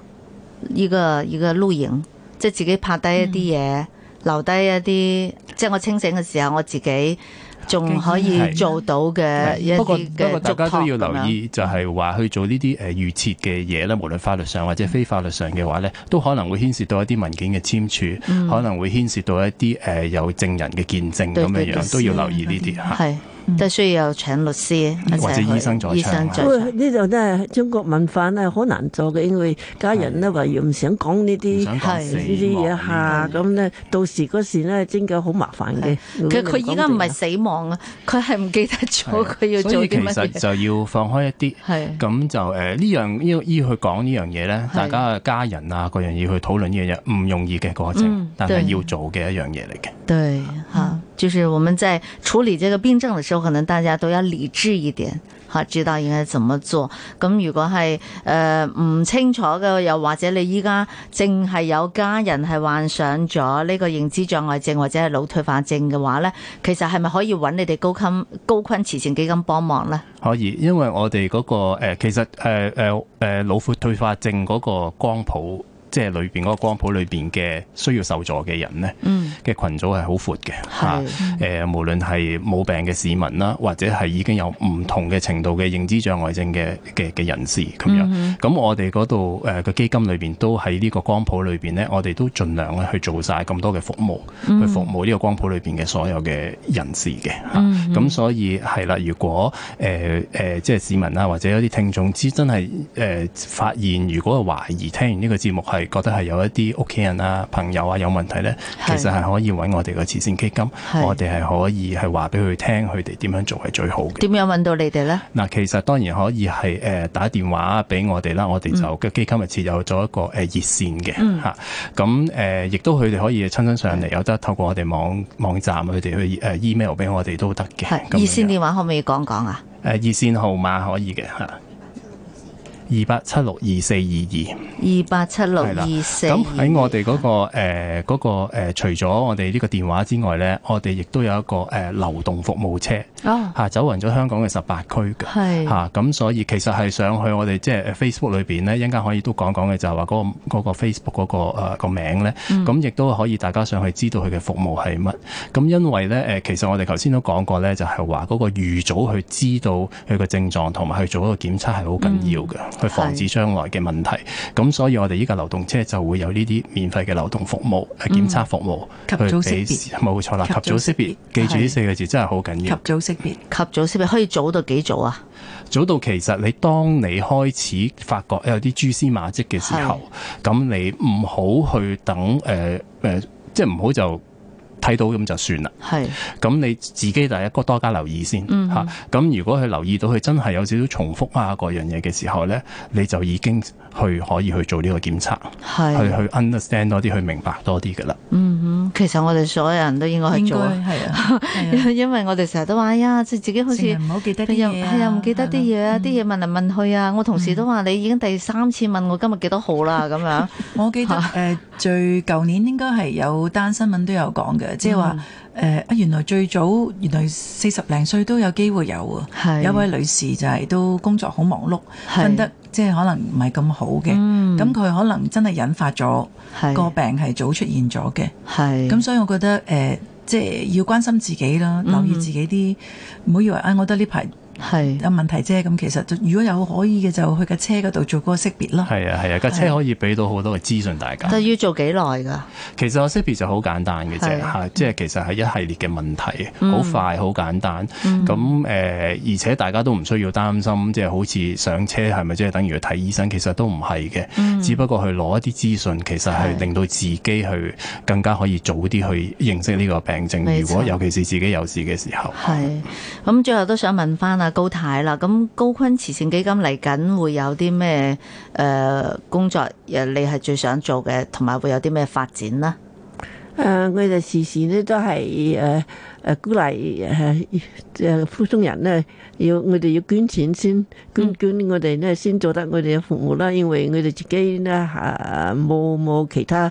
S3: 一个一个录影，即系自己拍低一啲嘢，留低一啲，即系我清醒嘅时候，我自己仲可以
S2: 係
S3: 做到嘅一
S2: 不過
S3: 啲
S2: 不
S3: 嘅
S2: 過啊大
S3: 嘱
S2: 家
S3: 託
S2: 都要
S3: 咁樣
S2: 留意，就係話去做呢啲誒預設嘅嘢呢，無論法律上或者非法律上嘅話呢，都可能會牽涉到一啲文件嘅簽署，
S3: 嗯
S2: 可能會牽涉到一啲誒、呃有證人嘅見證
S3: 對
S2: 咁
S3: 對
S2: 樣
S3: 律
S2: 樣，都要
S3: 師
S2: 留意呢啲嚇。
S3: 系，都需要有請律師
S2: 啊嗯或者醫生在
S3: 醫生
S2: 場啊
S3: 在
S4: 喂
S3: 場，
S4: 呢度咧，中國文化咧好難做嘅，因為家人咧話要唔想講呢
S2: 唔
S4: 啲呢
S2: 想講死
S4: 啲
S2: 亡
S4: 嘢
S2: 呢
S3: 嗯
S4: 嚇，咁咧到時嗰時咧真嘅好麻煩嘅。
S3: 佢佢依家唔係死亡啊，佢係唔記得咗佢要做
S2: 啊所以其
S3: 啲乜
S2: 實
S3: 嘢，
S2: 就要放開一啲。
S3: 係
S2: 咁就誒呃呢樣呢依去講呢樣嘢咧，
S3: 係
S2: 大家嘅家人啊各樣嘢去討論呢樣嘢，唔容易嘅過程，
S3: 嗯
S2: 但係
S3: 對
S2: 要做嘅一樣嘢嚟嘅。
S3: 對
S2: 嗯
S3: 哈，就是我們在處理這個病症的時候，可能大家都要理智一點。吓，知道應該怎麼做。咁如果係誒唔清楚嘅，又或者你依家淨係有家人係患上咗呢個認知障礙症或者係腦退化症嘅話咧，其實係咪可以揾你哋高坤高坤慈善基金幫忙咧？
S2: 可以，因為我哋嗰、個、呃、其實誒誒誒腦闊退化症嗰個光譜，即係裏邊嗰個光譜裏邊嘅需要受助嘅人咧，嘅、
S3: 嗯
S2: 群組係好闊嘅嚇
S3: 係。
S2: 誒、無論係冇病嘅市民啦，或者係已經有唔同嘅程度嘅認知障礙症嘅嘅嘅人士咁樣。咁、我哋嗰度誒個基金裏邊都喺呢個光譜裏邊咧，我哋都盡量咧去做晒咁多嘅服務，去服務呢個光譜裏邊嘅所有嘅人士嘅嚇。咁、所以係啦，如果誒誒、呃即係市民啊，或者有啲聽眾知真係誒、呃、發現，如果懷疑聽完呢個節目係覺得係有一啲屋企人啊、朋友啊有問題咧，其
S3: 係
S2: 實係可以揾我哋個慈善基金，我哋係可以係話俾佢聽，佢哋點樣做係最好嘅。
S3: 點樣揾到你哋咧？
S2: 嗱，其實當然可以係誒、呃打電話俾我哋啦，我哋
S3: 嗯
S2: 就嘅基金係設有咗一個誒、呃、熱線嘅嚇，咁誒亦都佢哋可以親身上嚟，有得透過我哋網網站佢哋去誒、呃 email 俾我哋都得嘅。
S3: 係
S2: 咁
S3: 熱線
S2: 樣
S3: 電話可唔可以講講啊？
S2: 誒、熱線號碼可以嘅嚇，二八七六二四二二。
S3: 二八七六
S2: 係啦
S3: 二四。
S2: 咁喺我哋嗰、個誒嗰、個呃除咗我哋呢個電話之外咧，我哋亦都有一個誒、呃、流動服務車嚇、
S5: 啊
S3: 哦，
S2: 走勻咗香港嘅十八區嘅。
S3: 係
S2: 嚇，咁、所以其實係上去我哋即係 Facebook 裏邊咧，一陣間可以都講講嘅就係話嗰個嗰個 Facebook 嗰、個誒、呃個名咧，
S5: 嗯
S2: 咁亦都可以大家上去知道佢嘅服務係乜。咁因為咧誒、呃其實我哋頭先都講過咧，就係話嗰個預早去知道佢嘅症狀同埋去做一個檢測係好
S5: 嗯
S2: 緊要嘅，去防止將來嘅問題。咁所以我哋依家流動車就會有呢啲免費嘅流動服務、誒檢測服務，
S5: 嗯及早識別
S2: 去俾冇錯啦，
S5: 及早
S2: 及早識別
S5: 識別，
S2: 記住呢
S3: 係
S2: 四個字真係好緊
S5: 及
S4: 嗯
S2: 要。
S5: 早識別。
S3: 及早識別可以早到幾早啊？
S2: 早到其實你當你開始發覺有啲蛛絲馬跡嘅時候，咁你唔好去等誒誒、呃呃即係唔好就睇到咁就算啦。
S3: 係
S2: 咁你自己第一個多加留意先嚇。咁、如果佢留意到佢真係有少少重複啊嗰樣嘢嘅時候咧，你就已經去可以去做呢個檢測，去
S3: 係，
S2: 去 understand 多啲，去明白多啲㗎啦。
S3: 嗯，其實我哋所有人都應該去
S5: 應該
S3: 做啊，
S5: 係啊，係
S3: <laughs>
S5: 啊，
S3: 因因為我哋成日都話哎呀，即係自己好似
S5: 成日唔好記得啲
S3: 又
S5: 嘢啊嗯
S3: 係啊，唔記得啲嘢啊，啲嘢問嚟問去啊，我同事都話你已經第三次問我今日幾多號
S5: 嗯
S3: 啦咁
S5: <laughs>
S3: 樣，
S5: 我
S3: <laughs>
S5: 記得誒、最舊年應該係有單新聞都有講嘅，即係話
S3: 嗯
S5: 誒啊原來最早原來四十零歲都有機會有啊，
S3: 係
S5: 有位女士就係都工作好忙碌，
S3: 係
S5: 瞓得即係可能唔係咁好嘅，
S3: 嗯
S5: 咁佢、可能真係引發咗
S3: 係
S5: 個病係早出現咗嘅，
S3: 係嗯
S5: 咁所以我覺得誒、呃即係要關心自己啦，留意自己啲，唔好以為啊，我覺得呢排
S3: 係
S5: 有問題啫。咁其實就如果有可以嘅，就去架車嗰度做嗰個識別啦。
S2: 係啊係啊，架車可以俾到好多嘅資訊大家。
S3: 但要做幾耐㗎？
S2: 其實我識別就好簡單嘅啫
S3: 係嗯
S2: 嚇，即係其實係一系列嘅問題，好、快好簡單。咁誒、呃而且大家都唔需要擔心，即係好似上車係咪即係等於去睇醫生？其實都唔係嘅，只不過去攞一啲資訊，其實係
S3: 嗯係
S2: 令到自己去更加可以早啲去認識呢個病症。
S3: 冇錯
S2: 如果尤其是自己有事嘅時候，
S3: 係咁，最後都想問翻阿高太啦。咁高坤慈善基金嚟緊會有啲咩誒工作？誒，你係最想做嘅，同埋會有啲咩發展呢？
S4: 誒、我哋時時咧都係誒誒啊呃鼓呃勵誒誒普通人咧，要我哋要捐錢
S3: 嗯
S4: 先，捐捐我哋咧先做得我哋嘅服務啦，因為我哋自己咧嚇冇冇其他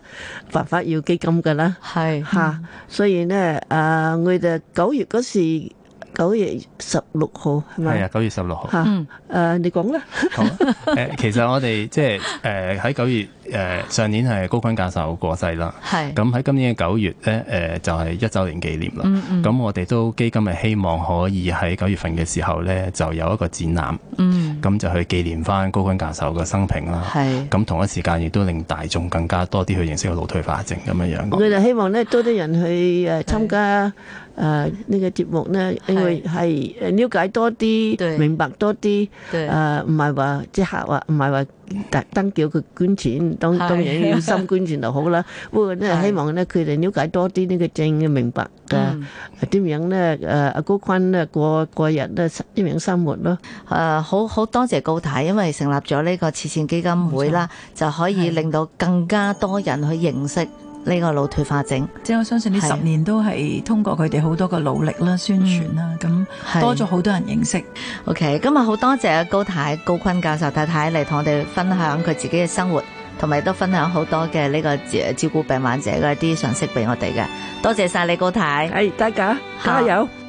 S4: 辦法要基金噶啦
S3: 係
S4: 嚇，所以咧誒、啊我哋九月嗰時九月十六號係
S2: 係
S4: 咪
S2: 啊，九月十六號。
S4: 嚇？誒、你講啦，
S2: 好啊，誒，其實我哋即係誒喺九月誒上年係高坤教授過世啦，
S3: 係
S2: 咁喺今年嘅九月咧，誒、就係、一週年紀念啦。
S3: 嗯
S2: 咁、我哋都基金係希望可以喺九月份嘅時候咧，就有一個展覽，咁、
S3: 嗯
S2: 就去紀念翻高坤教授嘅生平啦。
S3: 係
S2: 咁同一時間亦都令大眾更加多啲去認識個腦退化症咁樣樣
S4: 我
S2: 嘅。
S4: 哋希望咧多啲人去誒參加誒呢、個節目咧，因為係誒了解多
S3: 對
S4: 啲、明白多啲。
S3: 對嗯
S4: 誒唔係話即客話唔係話特登叫佢捐錢，當
S3: 係
S4: 當然要心捐錢就
S3: <laughs>
S4: 好啦。不過咧
S3: 係
S4: 希望咧佢哋了解多啲呢個症嘅明白嘅
S3: 嗯
S4: 點樣咧誒阿高坤咧過過日咧點樣生活咯。
S3: 誒、呃好好多謝高太，因為成立咗呢個慈善基金會啦，就可以
S5: 係
S3: 令到更加多人去認識呢個腦退化症。
S5: 即係我相信呢
S3: 係
S5: 十年都係通過佢哋好多嘅努力啦、宣傳啦，咁
S3: 嗯係
S5: 多咗好多人認識。
S3: OK，今日好多謝高太高坤教授太太嚟同我哋分享佢自己嘅生活，同埋都分享好多嘅呢個照照顧病患者嘅一啲信息俾我哋嘅。多謝晒你高太。
S4: 係大家加油！